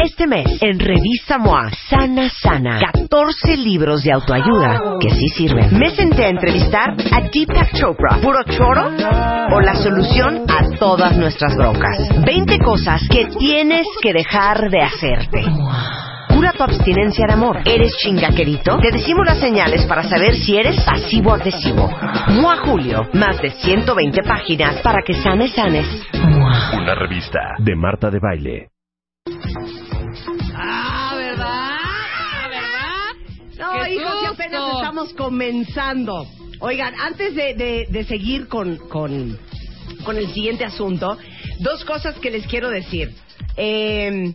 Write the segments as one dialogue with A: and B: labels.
A: Este mes, en Revista MOA, Sana Sana, 14 libros de autoayuda que sí sirven. Me senté a entrevistar a Deepak Chopra, puro choro o la solución a todas nuestras broncas. 20 cosas que tienes que dejar de hacerte. Cura tu abstinencia de amor. ¿Eres chingaquerito? Te decimos las señales para saber si eres pasivo-agresivo. MOA Julio, más de 120 páginas para que sanes, sanes.
B: Una revista de Marta de Baile.
C: Ah, ¿verdad? Ah, ¿verdad?
D: No,
C: ¡Qué
D: hijos, que apenas
C: susto!
D: estamos comenzando. Oigan, antes de, de- de seguir con, con, con el siguiente asunto, dos cosas que les quiero decir. Eh,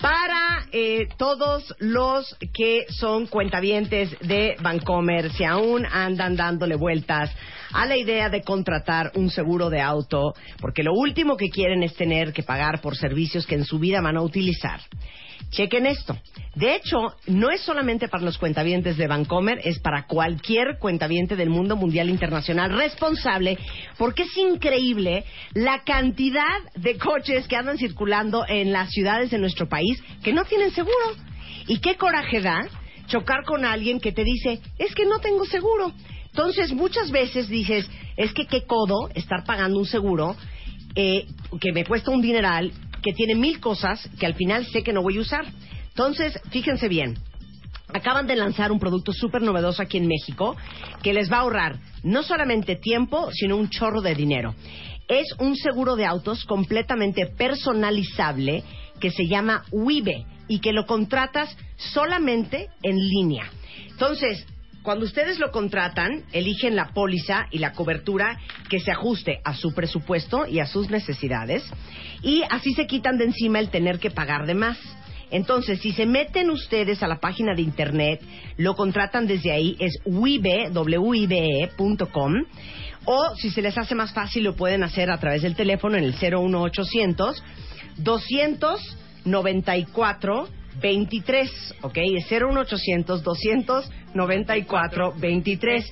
D: para eh, todos los que son cuentavientes de Bancomer, si aún andan dándole vueltas a la idea de contratar un seguro de auto, porque lo último que quieren es tener que pagar por servicios que en su vida van a utilizar. Chequen esto. De hecho, no es solamente para los cuentavientes de Vancomer, es para cualquier cuentaviente del mundo mundial internacional responsable, porque es increíble la cantidad de coches que andan circulando en las ciudades de nuestro país que no tienen seguro. Y qué coraje da chocar con alguien que te dice, es que no tengo seguro. Entonces, muchas veces dices, es que qué codo estar pagando un seguro eh, que me cuesta un dineral, que tiene mil cosas que al final sé que no voy a usar. Entonces, fíjense bien, acaban de lanzar un producto súper novedoso aquí en México que les va a ahorrar no solamente tiempo, sino un chorro de dinero. Es un seguro de autos completamente personalizable que se llama WIBE y que lo contratas solamente en línea. Entonces, cuando ustedes lo contratan, eligen la póliza y la cobertura que se ajuste a su presupuesto y a sus necesidades y así se quitan de encima el tener que pagar de más. Entonces, si se meten ustedes a la página de internet, lo contratan desde ahí, es wibe, wibe.com, e o si se les hace más fácil, lo pueden hacer a través del teléfono en el 01800 294 23, ¿ok? Es 01800 294 23.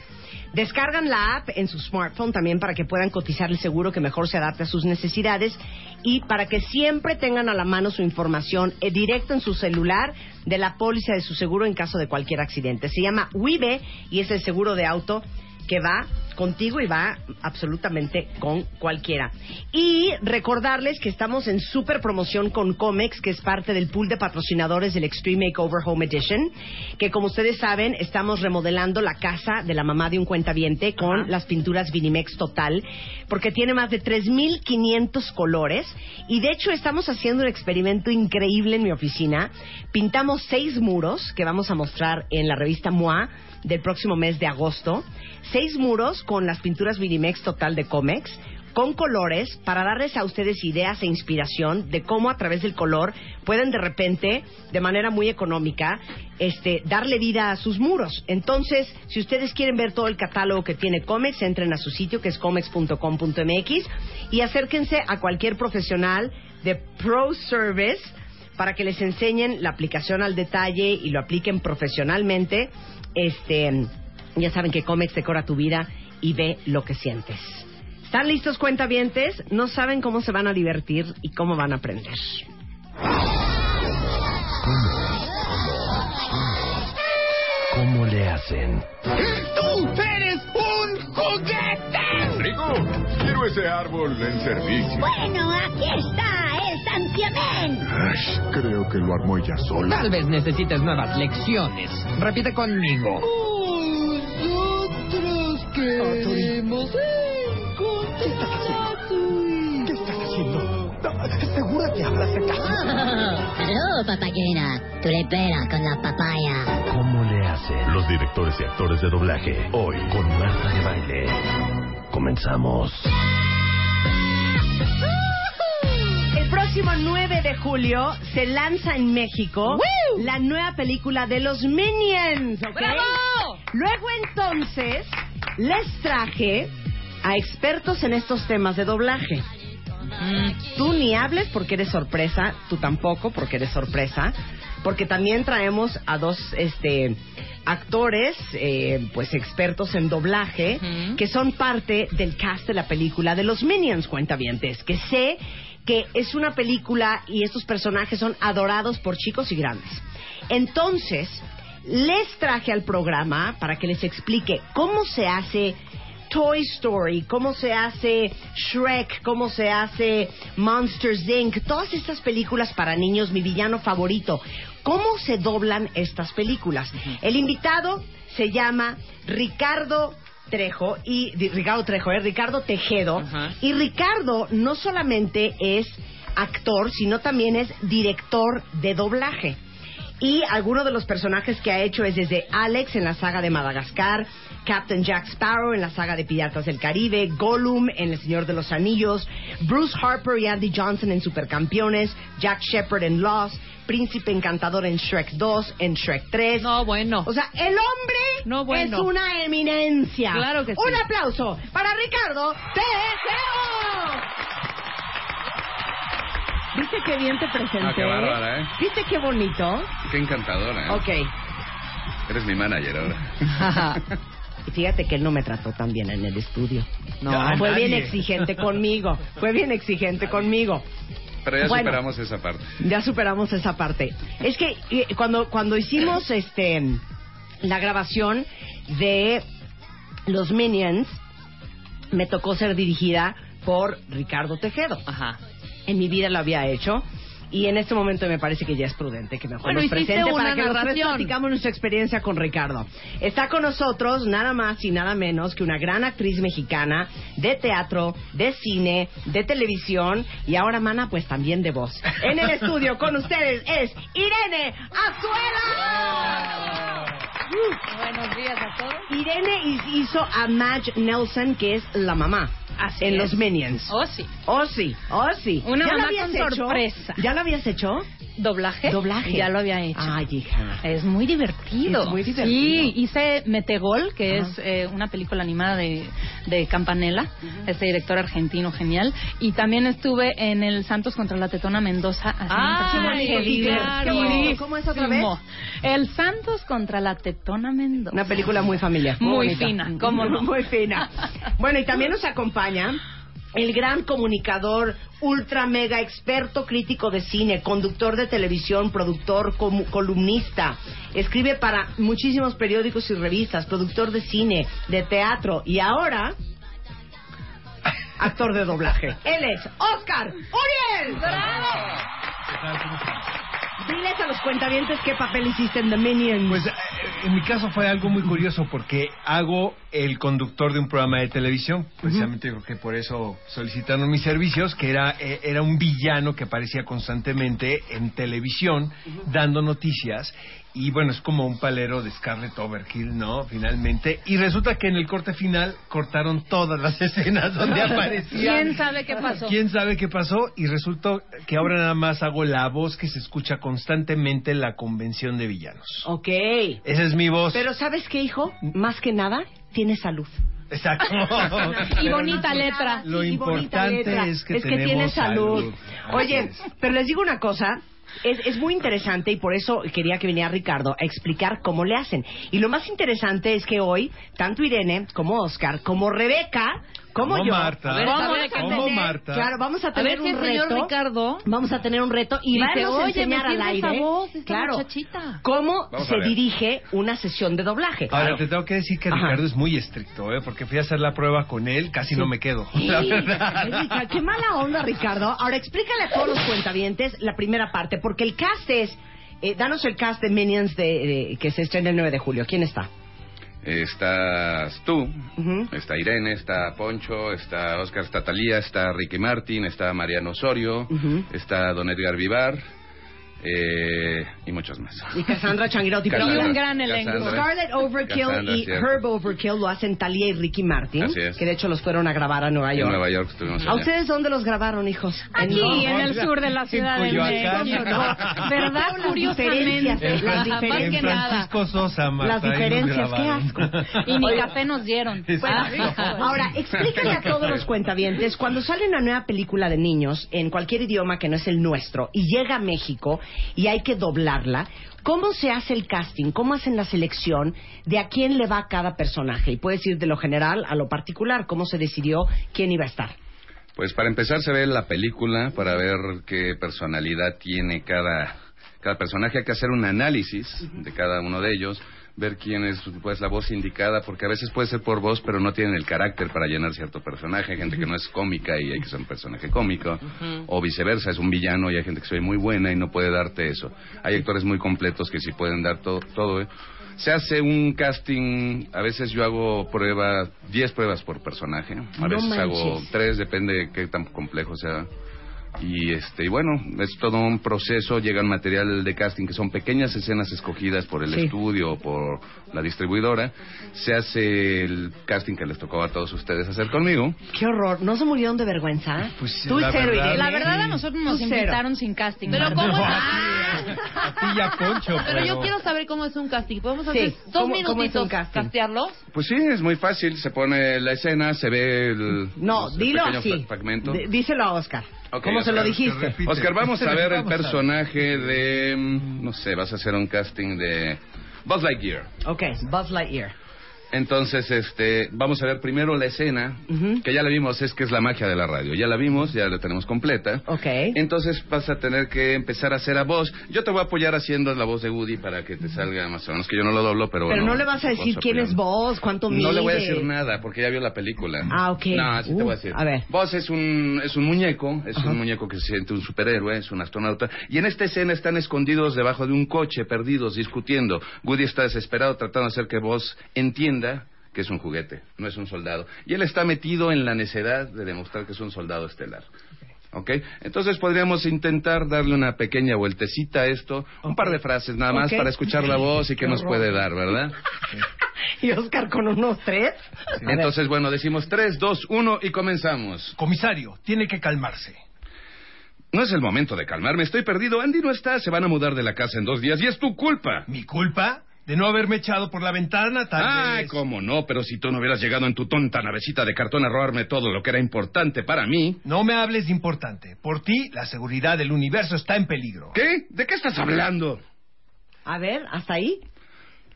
D: Descargan la app en su smartphone también para que puedan cotizar el seguro que mejor se adapte a sus necesidades y para que siempre tengan a la mano su información eh, directa en su celular de la póliza de su seguro en caso de cualquier accidente. Se llama WIBE y es el seguro de auto que va contigo y va absolutamente con cualquiera. Y recordarles que estamos en super promoción con Comex, que es parte del pool de patrocinadores del Extreme Makeover Home Edition, que como ustedes saben, estamos remodelando la casa de la mamá de un cuentaviente con las pinturas Vinimex Total, porque tiene más de 3.500 colores y de hecho estamos haciendo un experimento increíble en mi oficina. Pintamos seis muros que vamos a mostrar en la revista MOA del próximo mes de agosto. Seis muros con las pinturas Vinimex Total de Comex, con colores, para darles a ustedes ideas e inspiración de cómo a través del color pueden de repente, de manera muy económica, este, darle vida a sus muros. Entonces, si ustedes quieren ver todo el catálogo que tiene Comex, entren a su sitio que es comex.com.mx y acérquense a cualquier profesional de Pro Service para que les enseñen la aplicación al detalle y lo apliquen profesionalmente. Este, ya saben que Comex decora tu vida y ve lo que sientes. ¿Están listos cuentavientes? No saben cómo se van a divertir y cómo van a aprender.
B: ¿Cómo le hacen?
E: ¡Tú eres un juguete!
F: Rico, quiero ese árbol en servicio.
E: Bueno, aquí está el santiamén.
F: Ash, creo que lo armó ella sola.
C: Tal vez necesites nuevas lecciones. Repite conmigo.
E: Nosotros queremos encontrar ¿Qué estás haciendo?
F: Segura que hablas de
G: Aló, papayena. Tú le pegas con la papaya.
B: ¿Cómo le hacen? Los directores y actores de doblaje. Hoy con Marta de Baile. Comenzamos.
D: Es próximo 9 de julio se lanza en México la nueva película de los Minions. ¿ok? Luego entonces les traje a expertos en estos temas de doblaje. Mm, Tú ni hables porque eres sorpresa, tú tampoco porque eres sorpresa, porque también traemos a dos este actores, eh, pues expertos en doblaje, que son parte del cast de la película de los Minions, cuentavientes, que sé que es una película y estos personajes son adorados por chicos y grandes. Entonces, les traje al programa para que les explique cómo se hace Toy Story, cómo se hace Shrek, cómo se hace Monsters Inc., todas estas películas para niños, mi villano favorito. ¿Cómo se doblan estas películas? El invitado se llama Ricardo Trejo y di- Ricardo Trejo, eh, Ricardo Tejedo. Y Ricardo no solamente es actor, sino también es director de doblaje. Y algunos de los personajes que ha hecho es desde Alex en la saga de Madagascar, Captain Jack Sparrow en la saga de Piratas del Caribe, Gollum en El Señor de los Anillos, Bruce Harper y Andy Johnson en Supercampeones, Jack Shepard en Lost, Príncipe Encantador en Shrek 2, en Shrek 3.
H: No, bueno.
D: O sea, el hombre
H: No, bueno.
D: es una eminencia.
H: Claro que sí.
D: Un aplauso para Ricardo Tejedo. ¿Viste qué bien te presenté?
I: Ah, qué bárbara, ¿eh?
D: ¿Viste qué bonito?
I: Qué encantadora, ¿eh?
D: Ok.
I: Eres mi manager ahora.
D: Y Fíjate que él no me trató tan bien en el estudio. No,
I: Ah,
D: fue
I: nadie.
D: bien exigente conmigo. Fue bien exigente conmigo.
I: Pero ya
D: Bueno.
I: superamos esa parte.
D: Ya superamos esa parte. Es que eh, cuando, cuando hicimos este la grabación de los Minions, me tocó ser dirigida por Ricardo Tejedo.
H: Ajá.
D: En mi vida lo había hecho. Y en este momento me parece que ya es prudente que mejor
H: Bueno,
D: nos
H: hiciste
D: presente
H: una
D: para que los tres
H: narración.
D: platicamos nuestra experiencia con Ricardo. Está con nosotros nada más y nada menos que una gran actriz mexicana de teatro, de cine, de televisión y ahora, mana, pues también de voz. En el estudio con E. ustedes es Irene Azuela.
H: Buenos días a todos.
D: Irene hi- hizo a Madge Nelson, que es la mamá
H: Así
D: en
H: es.
D: los Minions.
H: Oh, sí.
D: Oh, sí, oh, sí.
H: Una
D: ¿Ya lo
H: mamá
D: habías
H: con
D: hecho?
H: sorpresa.
D: ¿Ya lo habías hecho?
H: Doblaje.
D: Doblaje.
H: Ya lo había hecho.
D: Ay, hija.
H: Es muy divertido.
D: Es muy divertido.
H: Sí, hice Metegol, que
D: Ajá.
H: es eh, una película animada de, de Campanella, este director argentino genial. Y también estuve en el Santos contra la Tetona Mendoza. haciendo un
D: qué
H: personaje
D: bonito, claro.
H: divertidísimo.
D: ¿Cómo es otra vez?
H: El Santos contra la Tetona Mendoza.
D: Una película muy familiar.
H: Muy
D: bonita.
H: fina, cómo no.
D: muy fina. Bueno, y también nos acompaña el gran comunicador, ultra mega experto crítico de cine, conductor de televisión, productor, comu- columnista. Escribe para muchísimos periódicos y revistas, productor de cine, de teatro y ahora actor de doblaje. Él es Oscar Uriel. ¡Bravo! Diles a los cuentavientes qué papel hiciste en The Minions.
J: Pues eh, en mi caso fue algo muy curioso porque hago el conductor de un programa de televisión, precisamente creo que por eso solicitaron mis servicios, que era, eh, era un villano que aparecía constantemente en televisión dando noticias. Y bueno, es como un palero de Scarlett Overkill, ¿no? Finalmente. Y resulta que en el corte final cortaron todas las escenas donde aparecía.
H: ¿Quién sabe qué pasó?
J: ¿Quién sabe qué pasó? Y resultó que ahora nada más hago la voz que se escucha constantemente en la convención de villanos.
D: Ok.
J: Esa es mi voz.
D: Pero ¿sabes qué, hijo? Más que nada, tiene salud.
J: Exacto.
H: Y
J: Pero
H: bonita
J: no-
H: letra.
J: Lo
D: Y bonita
J: importante
D: letra.
J: es que
D: es que
J: tenemos
D: tiene salud.
J: salud.
D: Oye,
J: Así es.
D: pero les digo una cosa. Es, es muy interesante y por eso quería que viniera Ricardo a explicar cómo le hacen. Y lo más interesante es que hoy, tanto Irene como Oscar, como Rebeca, como,
J: Como
D: yo,
J: Marta.
D: a ver,
H: Como
D: vamos a
H: Rebeca.
J: Como
D: tener-
J: Marta.
D: Claro, vamos a
H: A
D: tener
H: ver si
D: un
H: el señor
D: reto.
H: Ricardo
D: Vamos a tener un reto y
H: Dice,
D: vamos
H: "Oye,
D: a
H: me
D: enseñar al
H: sirve esa
D: aire,
H: voz, esta
D: claro,
H: muchachita".
D: cómo
I: Vamos a
D: se
I: ver.
D: dirige una sesión de doblaje.
J: Ahora, te tengo que decir que
D: Ajá.
J: Ricardo es muy estricto, ¿eh? Porque fui a hacer la prueba con él, casi no me quedo.
D: Sí,
J: La verdad.
D: es Rica- Qué mala onda, Ricardo. Ahora explícale a todos los cuentavientes la primera parte, porque el cast es. eh, danos el cast de Minions de, de- que se estrena el 9 de julio. ¿Quién está?
I: Estás tú,
D: Ujú.
I: está Irene, está Poncho, está Oscar Statalía, está Ricky Martin, está Mariano Osorio,
D: Ujú.
I: está Don Edgar Vivar, eh, y muchos más.
D: Y Cassandra Changuirotti. pero-
I: Cassandra, Y un gran elenco. Cassandra.
D: Scarlett Overkill
I: Cassandra,
D: y
I: cierto.
D: Herb Overkill lo hacen Talia y Ricky Martin.
I: Así es.
D: Que de hecho los fueron a grabar a Nueva
I: En
D: York.
I: Nueva York estuvimos
D: ¿A
I: allá.
D: ustedes dónde los grabaron, hijos?
H: Aquí, en el sur de la
D: En
H: Ciudad de
D: Coyoacán.
H: México.
D: No.
H: ¿Verdad?
D: Las
H: Curiosamente.
D: diferencias, las
H: Ajá, más
D: diferencias.
H: que nada.
J: Francisco Sosa, Marta,
D: Las
J: ahí nos
D: diferencias, qué
J: grabaron.
H: Y ni
D: Oye. pues,
H: café nos dieron.
D: Bueno,
H: Ah,
D: hijo, ahora, explícale a todos los cuentavientes, cuando sale una nueva película de niños en cualquier idioma que no es el nuestro y llega a México y hay que doblarla, ¿cómo se hace el casting? ¿Cómo hacen la selección de a quién le va cada personaje? Y puedes ir de lo general a lo particular, ¿cómo se decidió quién iba a estar?
I: Pues para empezar se ve la película para ver qué personalidad tiene cada, cada personaje. Hay que hacer un análisis de cada uno de ellos, ver quién es pues la voz indicada, porque a veces puede ser por voz, pero no tienen el carácter para llenar cierto personaje. Hay gente que no es cómica y hay que ser un personaje cómico, o viceversa, es un villano y hay gente que se ve muy buena y no puede darte eso. Hay actores muy completos que sí pueden dar to- todo. ¿eh? Se hace un casting, a veces yo hago pruebas, 10 pruebas por personaje, a
K: No
I: veces hago
K: manches.
I: tres, depende de qué tan complejo sea. Y este, y bueno, es todo un proceso, llega el material de casting que son pequeñas escenas escogidas por el
K: Sí.
I: estudio o por la distribuidora, se hace el casting que les tocó a todos ustedes hacer conmigo.
D: Qué horror, ¿no se murieron de vergüenza? Tú
I: la
D: cero,
I: verdad-
D: Irene.
H: Pues, La verdad a nosotros nos
D: Tú cero.
H: invitaron sin casting.
L: Pero
H: Marta.
L: ¿cómo es?
J: A ti y a Poncho.
L: Pero yo quiero saber cómo es un casting. ¿Podemos hacer
I: Sí,
L: dos
I: ¿cómo-
L: minutitos
I: cómo es un casting?
L: castearlos?
I: Pues sí, es muy fácil, se pone la escena, se ve el... pues,
D: No,
I: el
D: dilo
I: pequeño
D: así.
I: fra- Fragmento.
D: D- díselo a Oscar.
I: Ok,
D: ¿Cómo se
I: Oscar,
D: lo dijiste?
I: Oscar, vamos a ver el personaje de... mm, No sé, vas a hacer un casting de... Buzz Lightyear.
D: Ok, Buzz Lightyear.
I: Entonces, este, vamos a ver primero la escena, que ya la vimos, es que es la magia de la radio. Ya la vimos, ya la tenemos completa.
D: Ok.
I: Entonces vas a tener que empezar a hacer a voz. Yo te voy a apoyar haciendo la voz de Woody para que te salga más o menos, que yo no lo doblo, pero
D: Pero
I: bueno,
D: no le vas a decir
I: vamos
D: quién es vos, cuánto mide.
I: no le voy a decir nada porque ya vio la película.
D: Ah, ok.
I: No, sí te
D: Uh,
I: voy a decir.
D: a ver.
I: Buzz es un, es un muñeco, es un muñeco que se siente un superhéroe, es un astronauta. Y en esta escena están escondidos debajo de un coche, perdidos, discutiendo. Woody está desesperado tratando de hacer que Buzz entienda que es un juguete, no es un soldado. Y él está metido en la necedad de demostrar que es un soldado estelar. ¿Ok? Entonces podríamos intentar darle una pequeña vueltecita a esto, un par de frases nada más
D: Ok.
I: para escuchar la voz y qué
D: Qué
I: nos
D: horror.
I: puede dar, ¿verdad?
D: Y Oscar con unos tres.
I: Entonces, bueno, decimos 3, 2, 1 y comenzamos.
J: Comisario, tiene que calmarse.
I: No es el momento de calmarme, estoy perdido. Andy no está, se van a mudar de la casa en dos días y es tu culpa.
J: ¿Mi culpa? De no haberme echado por la ventana, tal
I: Ay,
J: vez.
I: cómo no, pero si tú no hubieras llegado en tu tonta navecita de cartón a robarme todo lo que era importante para mí.
J: No me hables de importante. Por ti, la seguridad del universo está en peligro.
I: ¿Qué? ¿De qué estás hablando?
D: A ver, hasta ahí.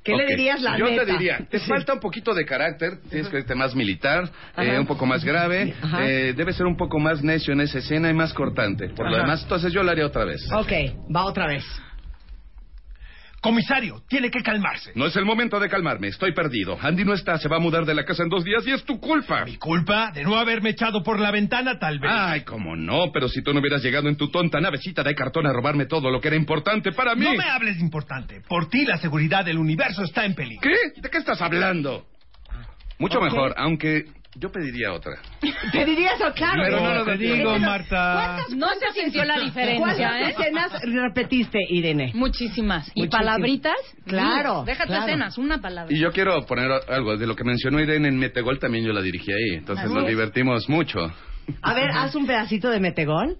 D: ¿Qué
I: Ok,
D: le dirías la
I: Yo
D: neta?
I: te diría, te
D: Sí.
I: falta un poquito de carácter, tienes que irte más militar,
D: Ajá.
I: eh, un poco más grave,
D: Ajá.
I: eh, debes ser un poco más necio en esa escena y más cortante. Por lo
D: Ajá.
I: demás, entonces yo lo haría otra vez.
D: Ok, va otra vez.
J: Comisario, tiene que calmarse.
I: No es el momento de calmarme, estoy perdido. Andy no está, se va a mudar de la casa en dos días y es tu culpa.
J: Mi culpa de no haberme echado por la ventana, tal vez.
I: Ay, cómo no, pero si tú no hubieras llegado en tu tonta navecita de cartón a robarme todo lo que era importante para mí.
J: No me hables de importante. Por ti, la seguridad del universo está en peligro.
I: ¿Qué? ¿De qué estás hablando? Mucho
J: Ok.
I: mejor, aunque yo pediría otra.
D: Te dirías, oh, claro.
I: Pero no lo
D: Te
I: digo,
D: digo,
J: Marta.
H: No se sintió la diferencia,
D: ¿Cuántas
H: ¿eh?
D: escenas repetiste, Irene?
H: Muchísimas. ¿Y
D: Muchísimas.
H: palabritas?
D: Claro,
H: Mm, Déjate
D: claro.
H: escenas, una palabra.
I: Y yo quiero poner algo de lo que mencionó Irene en Metegol, también yo la dirigí ahí, entonces
D: Así
I: nos
D: es.
I: divertimos mucho.
D: A ver, haz un pedacito de metegol.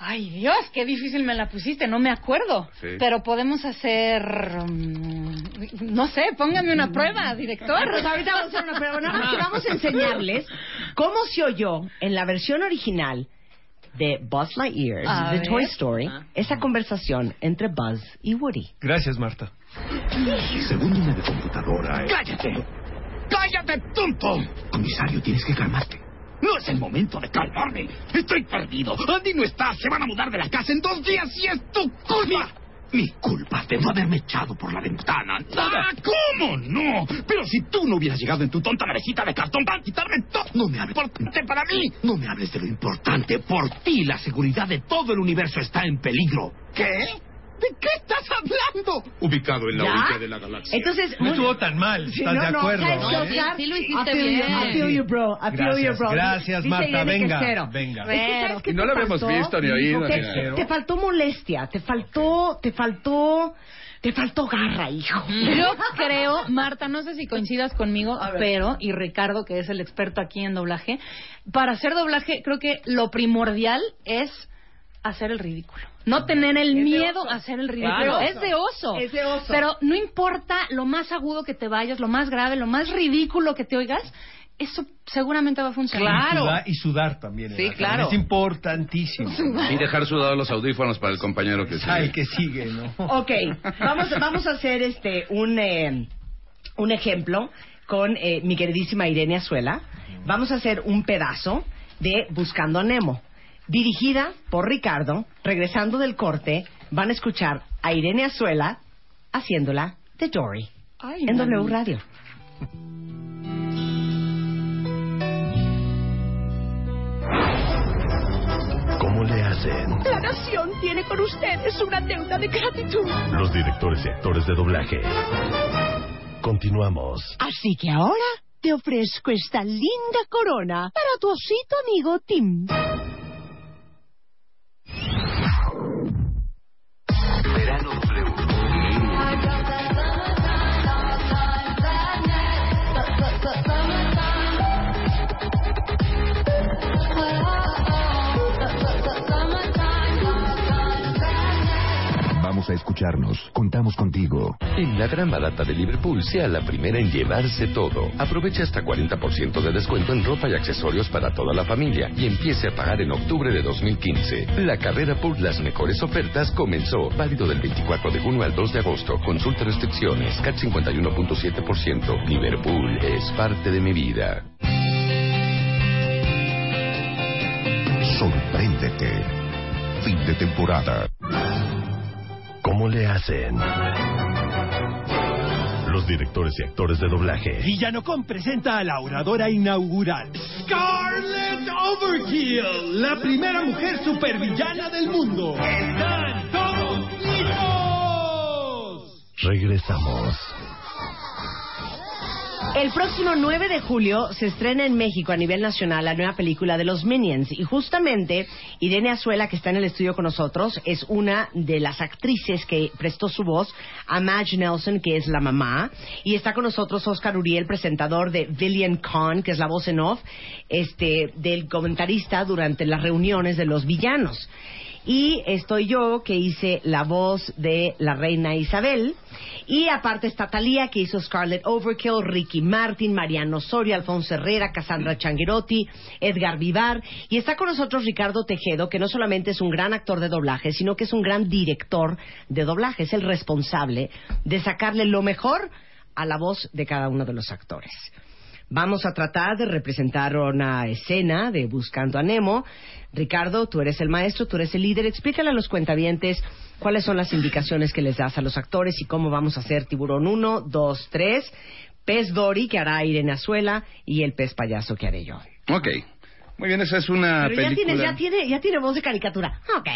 H: Ay, Dios, qué difícil me la pusiste, no me acuerdo.
I: Sí.
H: Pero podemos hacer. mm, No sé, póngame una prueba, director.
D: Pues ahorita vamos a hacer una prueba. Nada más que vamos a enseñarles cómo se oyó en la versión original de Buzz Lightyear,
J: A
D: de
J: ver.
D: Toy Story,
H: Ah.
D: esa conversación entre Buzz y Woody.
J: Gracias, Marta.
E: Según una de computadora.
M: ¡Cállate! ¡Cállate, tonto!
E: Comisario, tienes que calmarte.
M: No es el momento de calmarme. Estoy perdido. Andy no está. Se van a mudar de la casa en dos días y es tu culpa. Mi culpa, debo haberme echado por la ventana. ¡Ah, cómo no! Pero si tú no hubieras llegado en tu tonta navecita de cartón para quitarme todo... No me hables importante para mí. No me hables de lo importante. Por ti la seguridad de todo el universo está en peligro. ¿Qué? ¿De qué estás hablando? mundo ubicado en la
D: ¿Ya?
M: orilla de la galaxia.
D: Entonces,
M: No
D: muy-
M: estuvo tan mal,
D: Sí,
M: ¿estás
D: no,
M: de
D: no,
M: acuerdo?
D: ¿sabes qué,
M: No,
D: Oscar?
L: sí, sí lo
D: I
L: hiciste
D: feel you,
L: bien.
D: I feel you, bro. I feel
J: Gracias,
D: you, bro.
J: gracias,
D: Dice
J: Marta,
D: Irene que
J: venga,
D: cero.
J: venga.
D: Es que, ¿sabes qué
I: No
D: te
I: lo habíamos
D: faltó?
I: visto ni ¿eh? oído,
D: Te-
I: ni nada.
D: Te faltó molestia, te faltó, te faltó, te faltó garra, hijo.
H: Yo creo, Marta, no sé si coincidas conmigo, pero, y Ricardo, que es el experto aquí en doblaje, para hacer doblaje creo que lo primordial es hacer el ridículo. No tener el miedo a hacer el ridículo.
D: Es
H: Es
D: de
H: de oso. Pero no importa lo más agudo que te vayas, lo más grave, lo más ridículo que te oigas, eso seguramente va a funcionar.
J: Y sudar, y sudar también.
H: Sí,
J: ¿verdad?
H: claro.
J: Es importantísimo.
I: Y dejar sudados los audífonos para el compañero que sigue.
J: Ah, el que sigue, ¿no?
D: Ok, vamos, vamos a hacer este un, eh, un ejemplo con eh, mi queridísima Irene Azuela. Vamos a hacer un pedazo de Buscando a Nemo, dirigida por Ricardo. Regresando del corte, van a escuchar a Irene Azuela haciéndola de Dory en W Radio.
B: ¿Cómo le hacen
K: La nación tiene con ustedes una deuda de gratitud.
B: los directores y actores de doblaje? Continuamos.
K: Así que ahora te ofrezco esta linda corona para tu osito amigo Tim.
N: Vamos a escucharnos. Contamos contigo.
O: En la gran barata de Liverpool, sea la primera en llevarse todo. Aprovecha hasta 40% de descuento en ropa y accesorios para toda la familia y empiece a pagar en octubre de 2015. La carrera por las mejores ofertas comenzó. Válido del 24 de junio al 2 de agosto. Consulta restricciones. CAT 51.7%. Liverpool es parte de mi vida.
B: Sorpréndete. Fin de temporada. ¿Cómo le hacen? Los directores y actores de doblaje.
P: Villanocom presenta a la oradora inaugural. Scarlett Overkill, la primera mujer supervillana del mundo. ¡Están todos listos!
B: Regresamos.
D: El próximo 9 de julio se estrena en México a nivel nacional la nueva película de los Minions y justamente Irene Azuela, que está en el estudio con nosotros, es una de las actrices que prestó su voz a Madge Nelson, que es la mamá, y está con nosotros Oscar Uriel, presentador de Villian Khan, que es la voz en off este, del comentarista durante las reuniones de los villanos. Y estoy yo, que hice la voz de la reina Isabel. Y aparte está Talía, que hizo Scarlett Overkill, Ricky Martin, Mariano Soria, Alfonso Herrera, Cassandra Changuerotti, Edgar Vivar. Y está con nosotros Ricardo Tejedo, que no solamente es un gran actor de doblaje, sino que es un gran director de doblaje. Es el responsable de sacarle lo mejor a la voz de cada uno de los actores. Vamos a tratar de representar una escena de Buscando a Nemo. Ricardo, tú eres el maestro, tú eres el líder. Explícale a los cuentavientes cuáles son las indicaciones que les das a los actores y cómo vamos a hacer Tiburón 1, 2, 3, Pez Dory, que hará Irene Azuela, y el Pez Payaso, que haré yo.
I: Ok. Muy bien, esa es una
D: Pero ya,
I: Ah, película...
D: tienes, ya, tiene, ya tiene voz de caricatura. Ok.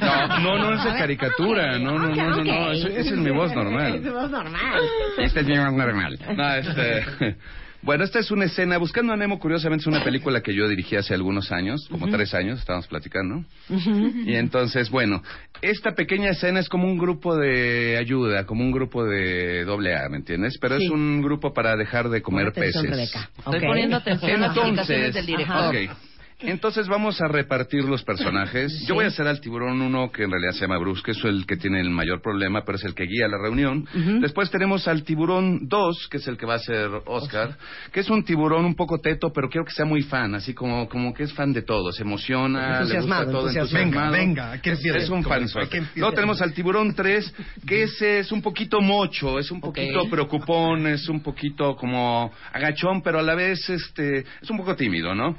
I: No, no, no es
D: A
I: de
D: ver,
I: caricatura. No, no,
D: Ah, ok,
I: no, no,
D: ok.
I: no. Esa esa es mi voz normal.
D: Es voz normal.
I: Este es mi voz normal. No, este... Bueno, esta es una escena. Buscando a Nemo, curiosamente, es una película que yo dirigí hace algunos años, como
Q: Ujú.
I: tres años, estábamos platicando. Y entonces, bueno, esta pequeña escena es como un grupo de ayuda, como un grupo de doble A, ¿me entiendes? Pero es un grupo para dejar de comer
Q: atención,
I: peces.
Q: Rebeca. Estoy Ok. poniendo atención a las indicaciones
I: Entonces,
Q: del director.
I: ok. Entonces vamos a repartir los personajes. Yo voy a hacer al tiburón uno que en realidad se llama Bruce, que es el que tiene el mayor problema, pero es el que guía la reunión. Después tenemos al tiburón dos, que es el que va a ser Oscar, que es un tiburón un poco teto, pero quiero que sea muy fan, así como, como que es fan de todo, se emociona, le gusta
J: Entusiasmado,
I: todo,
J: entusiasmado.
I: entusiasmado.
J: Venga, venga, hay que empezar.
I: es un fan.
J: Hay que empezar.
I: Luego tenemos al tiburón 3, que ese es un poquito mocho, es un poquito preocupón, es un poquito como agachón, pero a la vez este es un poco tímido, ¿no?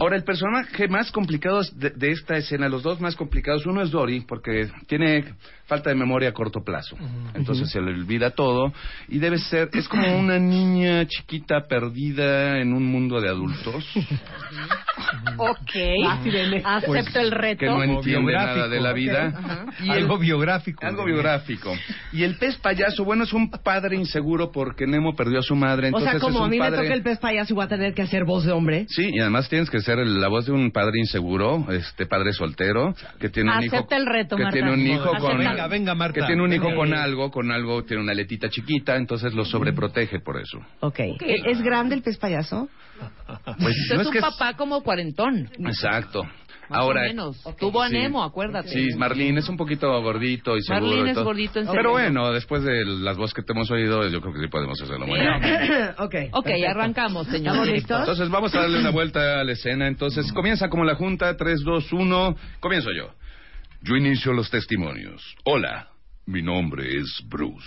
I: Ahora, el personaje más complicado es de, de esta escena, los dos más complicados, uno es Dory, porque tiene falta de memoria a corto plazo. Entonces se le olvida todo y debe ser, es como una niña chiquita perdida en un mundo de adultos.
Q: Ok.
I: Así de-
Q: Acepto
I: Pues,
Q: el reto.
I: que no entiende nada de la
Q: Ajá.
I: vida.
R: Algo
I: biográfico. Algo biográfico. Y el pez payaso, bueno, es un padre inseguro porque Nemo perdió a su madre.
D: o
I: Entonces
D: sea,
I: es
D: como
I: un
D: a mí
I: padre...
D: me toca el pez payaso y voy a tener que hacer voz de hombre.
I: Sí, y además tienes que ser el- la voz de un padre inseguro, este padre soltero, que tiene un hijo
Q: Acepta el reto,
I: que
Q: Marta.
I: tiene un hijo
Q: Acepta.
I: con
R: Venga, venga, Marta.
I: que tiene un hijo
R: Venga.
I: con algo, con algo tiene una aletita chiquita, entonces lo sobreprotege por eso.
D: Okay. ¿E- ¿Es grande el pez payaso?
I: Pues
B: Entonces,
I: no es
B: un
I: que es-
B: papá como cuarentón.
I: Exacto.
B: Más
I: Ahora
B: o menos. Tuvo a
I: Sí.
B: Nemo, acuérdate.
I: Sí, Marlene es un poquito gordito y seguro.
B: Marlene
I: y
B: es
I: todo.
B: gordito en
I: Pero
B: serio.
I: bueno, después de las voces que te hemos oído, yo creo que sí podemos hacerlo muy bien.
D: ok.
B: Ok, arrancamos, señor.
D: ¿Estamos listos?
I: Entonces vamos a darle una vuelta a la escena. Entonces comienza como la junta, 3, 2, 1. Comienzo yo. Yo inicio los testimonios. Hola, mi nombre es Bruce.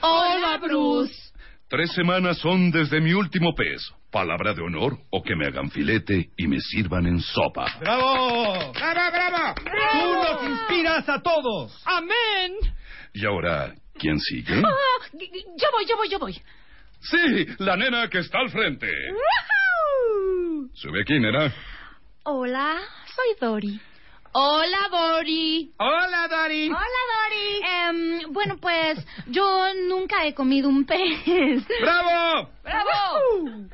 Q: Hola, Bruce.
N: Tres semanas son desde mi último pez. Palabra de honor o que me hagan filete y me sirvan en sopa.
R: ¡Bravo! ¡Bravo, bravo! ¡Tú nos inspiras a todos!
Q: Amén.
N: Y ahora, ¿quién sigue?
Q: Ah, g- g- yo voy, yo voy, yo voy.
N: Sí, la nena que está al frente. Sube aquí, nena.
H: Hola, soy Dori. Hola, Dori.
R: Hola, Dori.
H: Hola, Dori. bueno, pues yo nunca he comido un pez.
N: ¡Bravo!
H: ¡Bravo!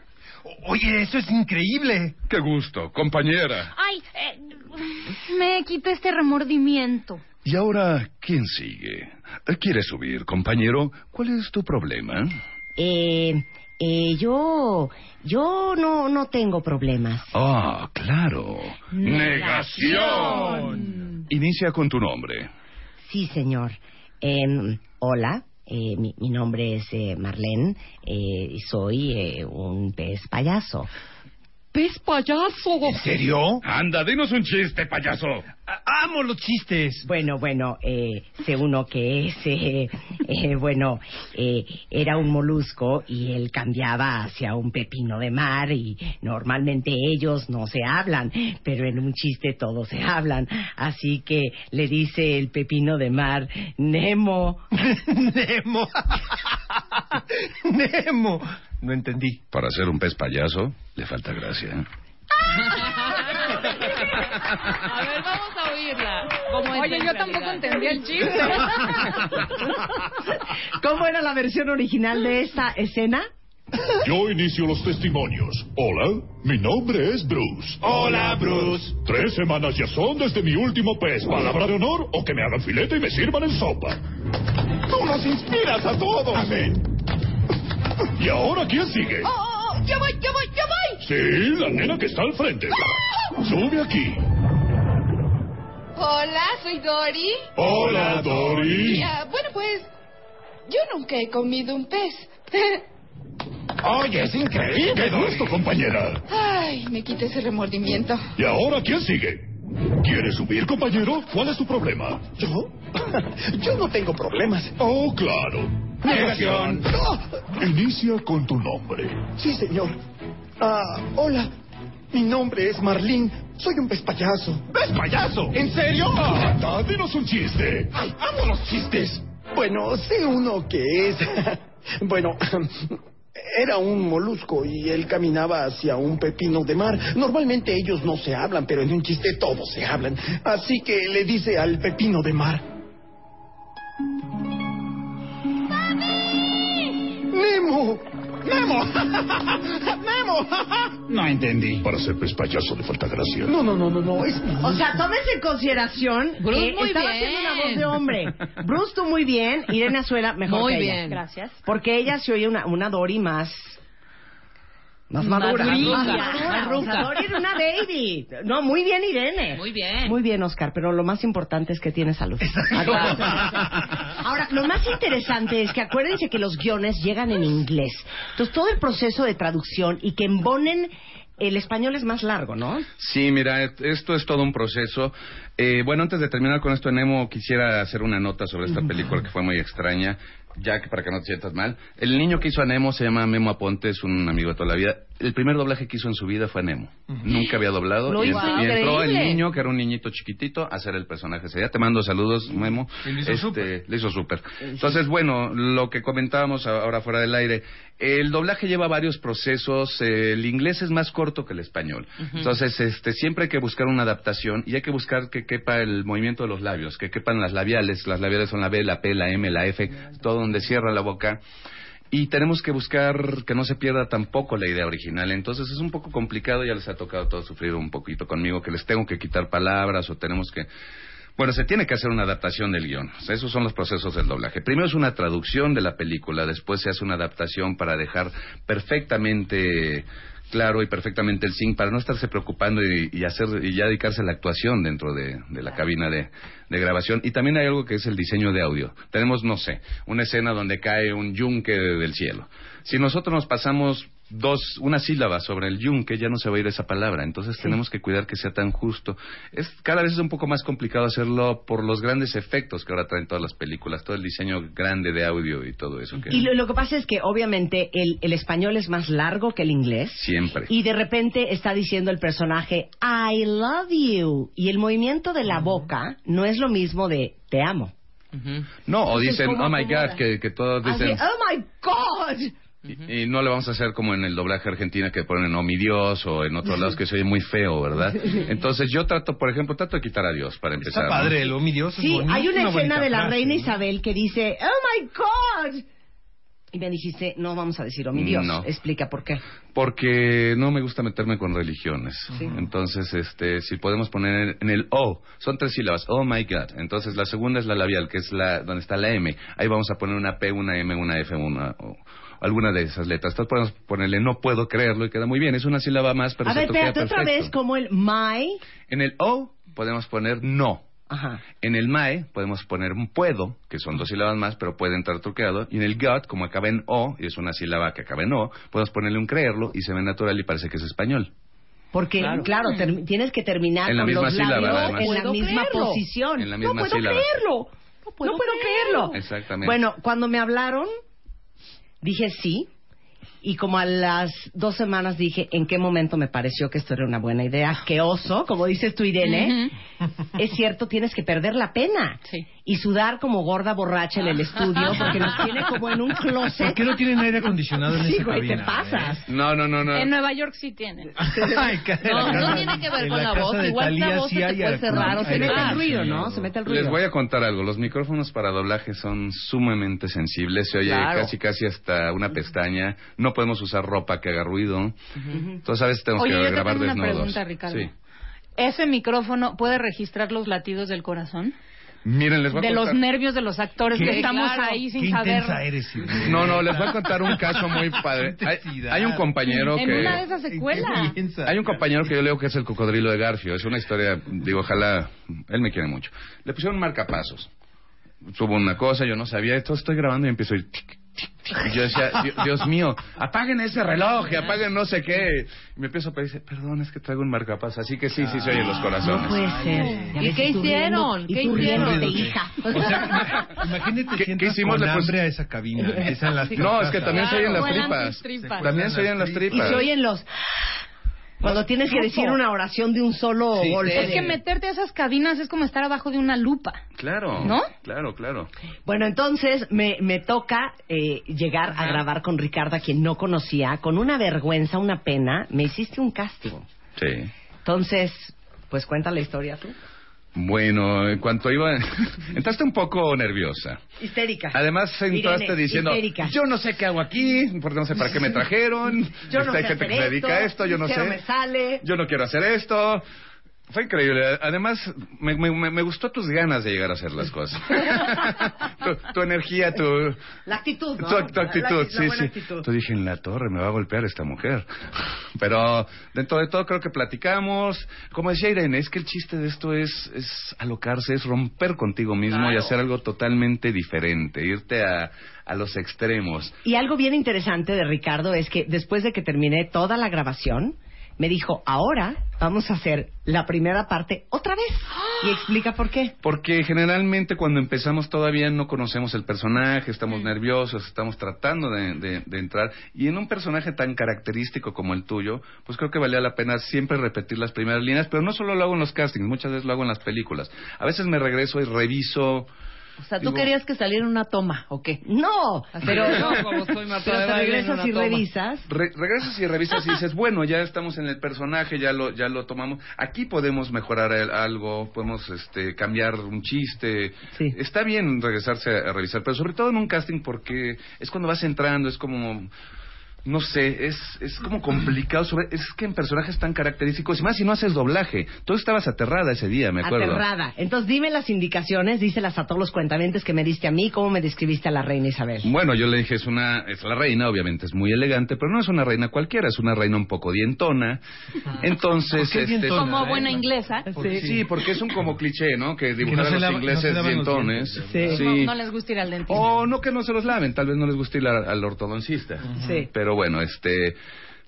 N: Oye, eso es increíble. Qué gusto, compañera.
H: Ay, eh, me quito este remordimiento.
N: Y ahora, ¿quién sigue? ¿Quieres subir, compañero? ¿Cuál es tu problema?
E: Eh, eh, yo, yo no, no tengo problemas.
I: Oh.
N: Ah, claro. Negación. Inicia con tu nombre.
E: Sí, señor. Em, hola, eh, mi, mi nombre es eh, Marlene eh, y soy eh, un pez payaso.
B: ¡Pez payaso!
E: ¿En serio?
N: Anda, dinos un chiste, payaso.
E: amo los chistes. Bueno, bueno, eh, sé uno que es, eh, eh, bueno, eh, era un molusco y él cambiaba hacia un pepino de mar y normalmente ellos no se hablan, pero en un chiste todos se hablan. Así que le dice el pepino de mar, Nemo. Nemo.
R: Nemo. No entendí.
N: Para ser un pez payaso, le falta gracia.
B: A ver, vamos a oírla.
Q: Oye, yo tampoco entendí el chiste.
D: ¿Cómo era la versión original de esta escena?
N: Yo inicio los testimonios. Hola, mi nombre es Bruce. Hola, Bruce. Tres semanas ya son desde mi último pez. Palabra de honor o que me hagan filete y me sirvan en sopa. Tú nos inspiras a todos. Amén. ¿Y ahora quién sigue?
Q: oh, yo voy, yo voy, yo voy.
N: Sí, la nena que está al frente. Sube aquí.
S: Hola, soy Dory.
N: Hola, Dory.
S: Y, ah, bueno, pues yo nunca he comido un pez.
N: Oye, es increíble. Qué gusto, compañera.
S: Ay, me quita ese remordimiento.
N: ¿Y ahora quién sigue? ¿Quieres subir, compañero? ¿Cuál es tu problema? ¿Yo? Yo no tengo problemas. Oh, claro.
M: Negación.
N: ¡Ah! Inicia con tu nombre.
M: Sí, señor. Ah, hola. Mi nombre es Marlín. Soy un pez payaso.
N: ¡Ves, payaso!
M: ¿En serio?
N: Ah, dinos un chiste.
M: Ay, amo los chistes. Bueno, sé uno que es. bueno. Era un molusco y él caminaba hacia un pepino de mar. Normalmente ellos no se hablan, pero en un chiste todos se hablan. Así que le dice al pepino de mar. ¡Nemo! ¡Nemo! ¡Nemo!
T: No entendí.
N: Para ser pez payaso le falta gracia.
D: No, no, no, no, no. O sea, tómense en consideración.
Q: Bruce, muy
D: estaba
Q: bien.
D: haciendo una voz de hombre. Bruce, tú muy bien. Irene Azuela, mejor
Q: Muy
D: que ella.
Q: bien. Gracias.
D: Porque ella se oye una, una Dory más. Más madura.
Q: Madurita,
D: Más madura.
Q: arruca.
D: O sea, Dory era una baby. No, muy bien, Irene.
B: Muy bien.
D: Muy bien, Oscar. Pero lo más importante es que tiene salud. Ahora, lo más interesante es que acuérdense que los guiones llegan en inglés. Entonces, todo el proceso de traducción y que embonen el español es más largo, ¿no?
I: Sí, mira, et- esto es todo un proceso. Eh, bueno, antes de terminar con esto, Nemo, quisiera hacer una nota sobre esta película que fue muy extraña. ya que para que no te sientas mal, el niño que hizo a Nemo se llama Memo Aponte, es un amigo de toda la vida. El primer doblaje que hizo en su vida fue a Nemo. Nunca había doblado.
M: Lo
I: y,
M: hizo
I: y entró el
M: increíble.
I: niño, que era un niñito chiquitito, a hacer el personaje. Ese día te mando saludos, Memo.
M: Y lo hizo
I: Este, le hizo súper. Entonces, bueno, lo que comentábamos ahora fuera del aire. El doblaje lleva varios procesos. eh, El inglés es más corto que el español.
M: Ujú.
I: Entonces, este, siempre hay que buscar una adaptación y hay que buscar que quepa el movimiento de los labios, que quepan las labiales. Las labiales son la B, la P, la M, la F, todo donde cierra la boca. Y tenemos que buscar que no se pierda tampoco la idea original. Entonces es un poco complicado, ya les ha tocado a todos sufrir un poquito conmigo, que les tengo que quitar palabras o tenemos que... Bueno, se tiene que hacer una adaptación del guión. O sea, esos son los procesos del doblaje. Primero es una traducción de la película, después se hace una adaptación para dejar perfectamente claro y perfectamente el zinc, para no estarse preocupando y, y hacer y ya dedicarse a la actuación dentro de, de la cabina de, de grabación. Y también hay algo que es el diseño de audio. Tenemos, no sé, una escena donde cae un yunque del cielo. Si nosotros nos pasamos dos, una sílaba sobre el yunque, ya no se va a ir esa palabra. Entonces tenemos que cuidar que sea tan justo. Es, cada vez es un poco más complicado hacerlo por los grandes efectos que ahora traen todas las películas, todo el diseño grande de audio y todo eso. Que
D: Y lo, lo que pasa es que obviamente el, el español es más largo que el inglés.
I: Siempre.
D: Y de repente está diciendo el personaje, I love you. Y el movimiento de la boca no es lo mismo de te amo.
I: No, o
D: Entonces,
I: dicen,
D: ¿cómo
I: oh my
D: acomodas?
I: God, que, que todos
D: Así,
I: dicen...
D: oh my God.
I: Y, y no le vamos a hacer como en el doblaje argentino que ponen oh mi Dios o en otros lados que se oye muy feo, ¿verdad? Entonces yo trato, por ejemplo, trato de quitar a Dios para empezar.
J: Está
I: ¿no?
J: padre, el oh mi Dios. es
D: Sí,
J: bonito,
D: hay una, escena
J: bonita
D: de la
J: frase.
D: reina Isabel que dice, oh my God. Y me dijiste, no vamos a decir, oh mi Dios.
I: No.
D: Explica por qué.
I: Porque no me gusta meterme con religiones.
D: Sí.
I: Entonces, este, si podemos poner en el O, son tres sílabas, oh my God. Entonces la segunda es la labial, que es la donde está la M. Ahí vamos a poner una P, una M, una F, una o alguna de esas letras. Entonces podemos ponerle no puedo creerlo y queda muy bien. Es una sílaba más, pero
D: a
I: se
D: ver,
I: toquea
D: espérate otra
I: perfecto.
D: vez como el my.
I: En el O podemos poner no.
D: Ajá.
I: En el MAE podemos poner un puedo, que son dos sílabas más, pero puede entrar truqueado. Y en el GOT, como acaba en O, y es una sílaba que acaba en O, podemos ponerle un creerlo y se ve natural y parece que es español.
D: Porque, claro,
I: Claro.
D: ter- tienes que terminar
I: En la
D: con
I: misma
D: los
I: sílaba,
D: labios
I: además.
D: en la
I: Puedo
D: misma
I: creerlo.
D: posición.
I: En la misma
D: no puedo
I: sílaba.
D: creerlo. No puedo, creerlo.
I: Exactamente.
D: Bueno, cuando me hablaron, dije sí. Y como a las dos semanas dije, ¿en qué momento me pareció que esto era una buena idea? ¡Qué oso! Como dices tú, Irene. Es cierto, tienes que perder la pena. Y sudar como gorda borracha en el estudio, porque nos tiene como en un closet.
J: ¿Por qué no tienen aire acondicionado en
D: Sí,
J: esa
D: güey, te
I: ¿eh?
J: cabina?
D: pasas.
I: No, no, no,
H: En Nueva York sí tienen.
J: Ay, ca-
H: No,
J: la
H: no
J: casa-
H: tiene que ver
J: en
H: con la
J: casa
H: voz,
J: de
H: igual la
J: Thalía
H: voz
J: sí
H: se te
J: hay
H: puede cerrar o se
J: aire
H: mete el
J: acondicionado.
H: ruido,
J: Sí,
H: ¿no? Se mete el
I: Les voy a contar algo. Los micrófonos para doblaje son sumamente sensibles. Se oye
H: Claro.
I: casi, casi hasta una pestaña. No podemos usar ropa que haga ruido. Entonces, a veces tenemos
H: Oye,
I: que
H: yo te
I: grabar
H: tengo una
I: desnudos.
H: pregunta, Ricardo.
I: Sí.
H: ¿Ese micrófono puede registrar los latidos del corazón?
I: Miren, les voy a
H: de
I: contar.
H: los nervios de los actores
I: Qué-
H: que estamos
I: Claro.
H: ahí sin
I: Qué
H: saber.
I: intensa No, no, les voy a contar un caso muy padre. Hay, hay un compañero
H: en
I: que...
H: una de esas secuelas.
I: Hay un compañero que yo leo que es el cocodrilo de Garfio. Es una historia, digo, ojalá, él me quiere mucho. Le pusieron marcapasos. Subo una cosa, yo no sabía esto, estoy grabando y empiezo a ir... tic, tic, tic. Y yo decía, "Di- Dios mío, apaguen ese reloj, y apaguen no sé qué. Y me empiezo a pedir, perdón, es que traigo un marcapasos. Así que sí, sí se oyen los corazones.
D: Ah, No puede ser. Ya
Q: ¿Y
D: ves,
Q: qué
D: tú
Q: hicieron?
D: riendo- y
Q: ¿Qué
D: tú
Q: hicieron?
D: riéndote,
Q: ¿Qué?
D: hija.
J: Imagínate
I: ¿Qué, qué hicimos?
J: con
I: Le pus-
J: hambre a esa cabina. Empiezan las
I: No, es que
J: tripas.
I: también se oyen las
J: Vuelan
I: tripas.
J: tus tripas.
I: También se oyen las
D: Y
I: tripas.
D: se oyen los... Cuando tienes que decir una oración de un solo
I: Sí.
D: golpe.
H: Es que meterte a esas cabinas es como estar abajo de una lupa.
I: Claro.
D: ¿No?
I: Claro, claro.
D: Bueno, entonces me, me toca eh, llegar a grabar con Ricardo, a quien no conocía, con una vergüenza, una pena. Me hiciste un castigo.
I: Sí.
D: Entonces, pues cuenta la historia tú.
I: Bueno, en cuanto iba... Entraste un poco nerviosa.
D: Histérica.
I: Además, entraste
D: Irene,
I: diciendo,
D: histérica.
I: yo no sé qué hago aquí, porque no sé para qué me trajeron, este,
D: Yo no
I: hay
D: sé
I: gente que
D: hacer
I: se dedica a esto, yo no
D: cero
I: sé,
D: me sale.
I: yo no quiero hacer esto. Fue increíble. Además, me, me- me- me gustó tus ganas de llegar a hacer las cosas. tu, tu energía, tu,
D: La actitud, ¿no?
I: tu, tu actitud,
D: La- la
I: sí,
D: buena
I: sí.
D: actitud.
I: Tú dije, en la torre me va a golpear esta mujer. Pero dentro de todo creo que platicamos. Como decía Irene, es que el chiste de esto es, es alocarse, es romper contigo mismo y
D: Claro.
I: hacer algo totalmente diferente, irte a, a los extremos.
D: Y algo bien interesante de Ricardo es que después de que terminé toda la grabación, me dijo, ahora vamos a hacer la primera parte otra vez. Y explica por qué.
I: Porque generalmente cuando empezamos todavía no conocemos el personaje, estamos nerviosos, estamos tratando de, de- de entrar. Y en un personaje tan característico como el tuyo, pues creo que valía la pena siempre repetir las primeras líneas, pero no solo lo hago en los castings, muchas veces lo hago en las películas. A veces me regreso y reviso.
Q: O sea, ¿tú
I: Digo-
Q: querías que saliera una toma o qué?
D: No,
I: pero- No, como soy Marta
D: pero
I: de
D: te
I: baile en
D: regresas
I: una
D: y
I: toma.
D: revisas.
I: Re- regresas y revisas y dices, bueno, ya estamos en el personaje, ya lo, ya lo tomamos. Aquí podemos mejorar el- algo, podemos este, cambiar un chiste. Está bien regresarse a, a revisar, pero sobre todo en un casting porque es cuando vas entrando, es como... No sé, es, es como complicado. Sobre, es que en personajes tan característicos, y más si no haces doblaje. Tú estabas aterrada ese día, me acuerdo.
D: Aterrada. Entonces dime las indicaciones, díselas a todos los cuentamientos que me diste a mí, cómo me describiste a la reina Isabel.
I: Bueno, yo le dije, es una, es la reina, obviamente es muy elegante, pero no es una reina cualquiera, es una reina un poco dientona. Entonces,
Q: ¿Por qué
I: este,
Q: dientona? Ah. Como buena inglesa.
I: Sí, sí, porque es un como cliché, ¿no? Que dibujar
Q: no se
I: a los
Q: lava- no se
I: ingleses
Q: lavan los
I: dientones.
Q: No-
I: Sí.
Q: No, les gusta ir al dentista.
I: O no que no se los laven, tal vez no les guste ir a- al ortodoncista.
Q: Sí.
I: Pero bueno, este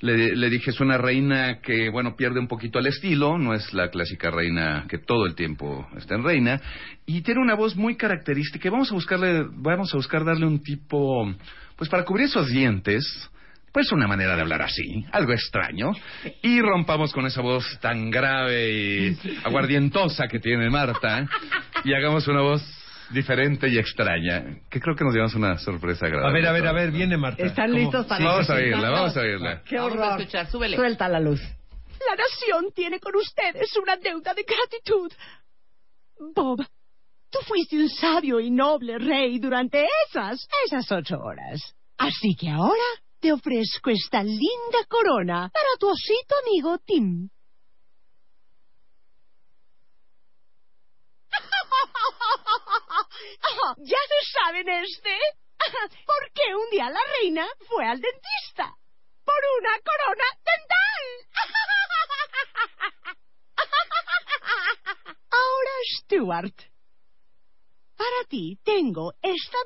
I: le, le dije es una reina que bueno pierde un poquito el estilo, no es la clásica reina que todo el tiempo está en reina y tiene una voz muy característica. y Vamos a buscarle, vamos a buscar darle un tipo, pues para cubrir esos dientes. Pues una manera de hablar así, algo extraño. Y rompamos con esa voz tan grave y aguardientosa que tiene Marta. Y hagamos una voz diferente y extraña. Que creo que nos llevamos una sorpresa agradable.
J: A ver, a ver, a ver, viene Marta.
K: ¿Están
I: ¿Cómo?
K: listos para
I: Vamos a
K: escucharlo?
I: oírla, vamos a oírla.
K: ¡Qué horror!
Q: Vamos a escuchar, súbele.
D: Suelta la luz.
K: La nación tiene con ustedes una deuda de gratitud. Bob, tú fuiste un sabio y noble rey durante esas, esas ocho horas. Así que ahora te ofrezco esta linda corona para tu osito amigo Tim. ¿Ya se saben este? ¿Por qué un día la reina fue al dentista? Por una corona dental. Ahora, Stuart, para ti tengo esta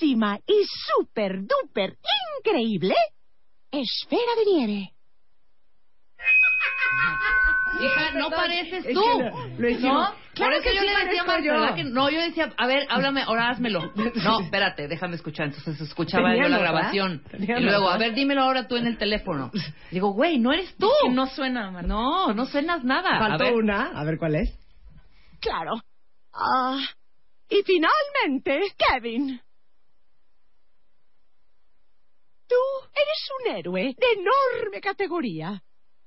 K: bellísima y super duper increíble esfera de nieve.
Q: Hija, no
K: Perdón,
Q: pareces
K: es
Q: tú.
K: que lo- lo hicimos.
Q: ¿No?
K: Claro
Q: Por eso
K: que
Q: yo
K: sí
Q: le decía a
K: parezco
Q: Marta,
K: yo.
Q: ¿verdad que no? Yo decía, a ver, háblame, ahora házmelo. No, espérate, déjame escuchar. Entonces escuchaba
H: Tenía
Q: yo la
H: nota,
Q: grabación.
H: tenía
Q: Y luego,
H: nota.
Q: a ver, dímelo ahora tú en el teléfono. Digo, güey, no eres tú. no suena, No, no suenas nada. a
D: Faltó
Q: ver.
D: una, a ver cuál es.
K: Claro. Ah, y finalmente, Kevin. Tú eres un héroe de enorme categoría.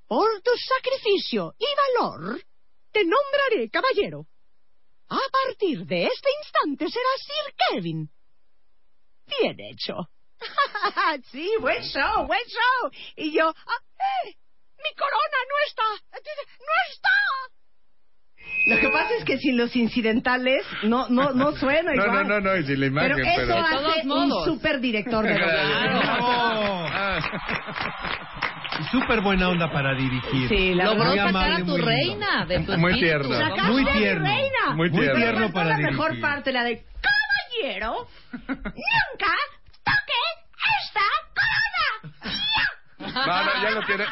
K: Por tu sacrificio y valor, te nombraré caballero. A partir de este instante serás Sir Kevin. Bien hecho.
D: sí, buen show, buen show. Y yo, ah, eh,
K: Mi corona no está. No está.
D: Lo que pasa es que sin los incidentales no no no suena
I: No, no,
D: igual.
I: no, no, y sin la imagen,
D: Pero
I: pero...
D: eso hace
Q: todos modos.
D: un super director de
J: Claro.
D: doblaje.
J: Y súper buena onda para dirigir.
Q: Sí, la Logró
J: Muy
Q: sacar
J: amable,
Q: a tu
J: muy lindo.
Q: reina de tu
J: Muy
Q: espíritu.
J: tierno.
Q: Sacaste
J: Muy
Q: a mi
J: tierno.
K: reina.
J: Muy
K: Muy
J: tierno,
K: tierno
J: para
K: la
J: dirigir.
K: mejor parte, la de caballero. Nunca toque esta corona.
I: No, no, ya lo tiene.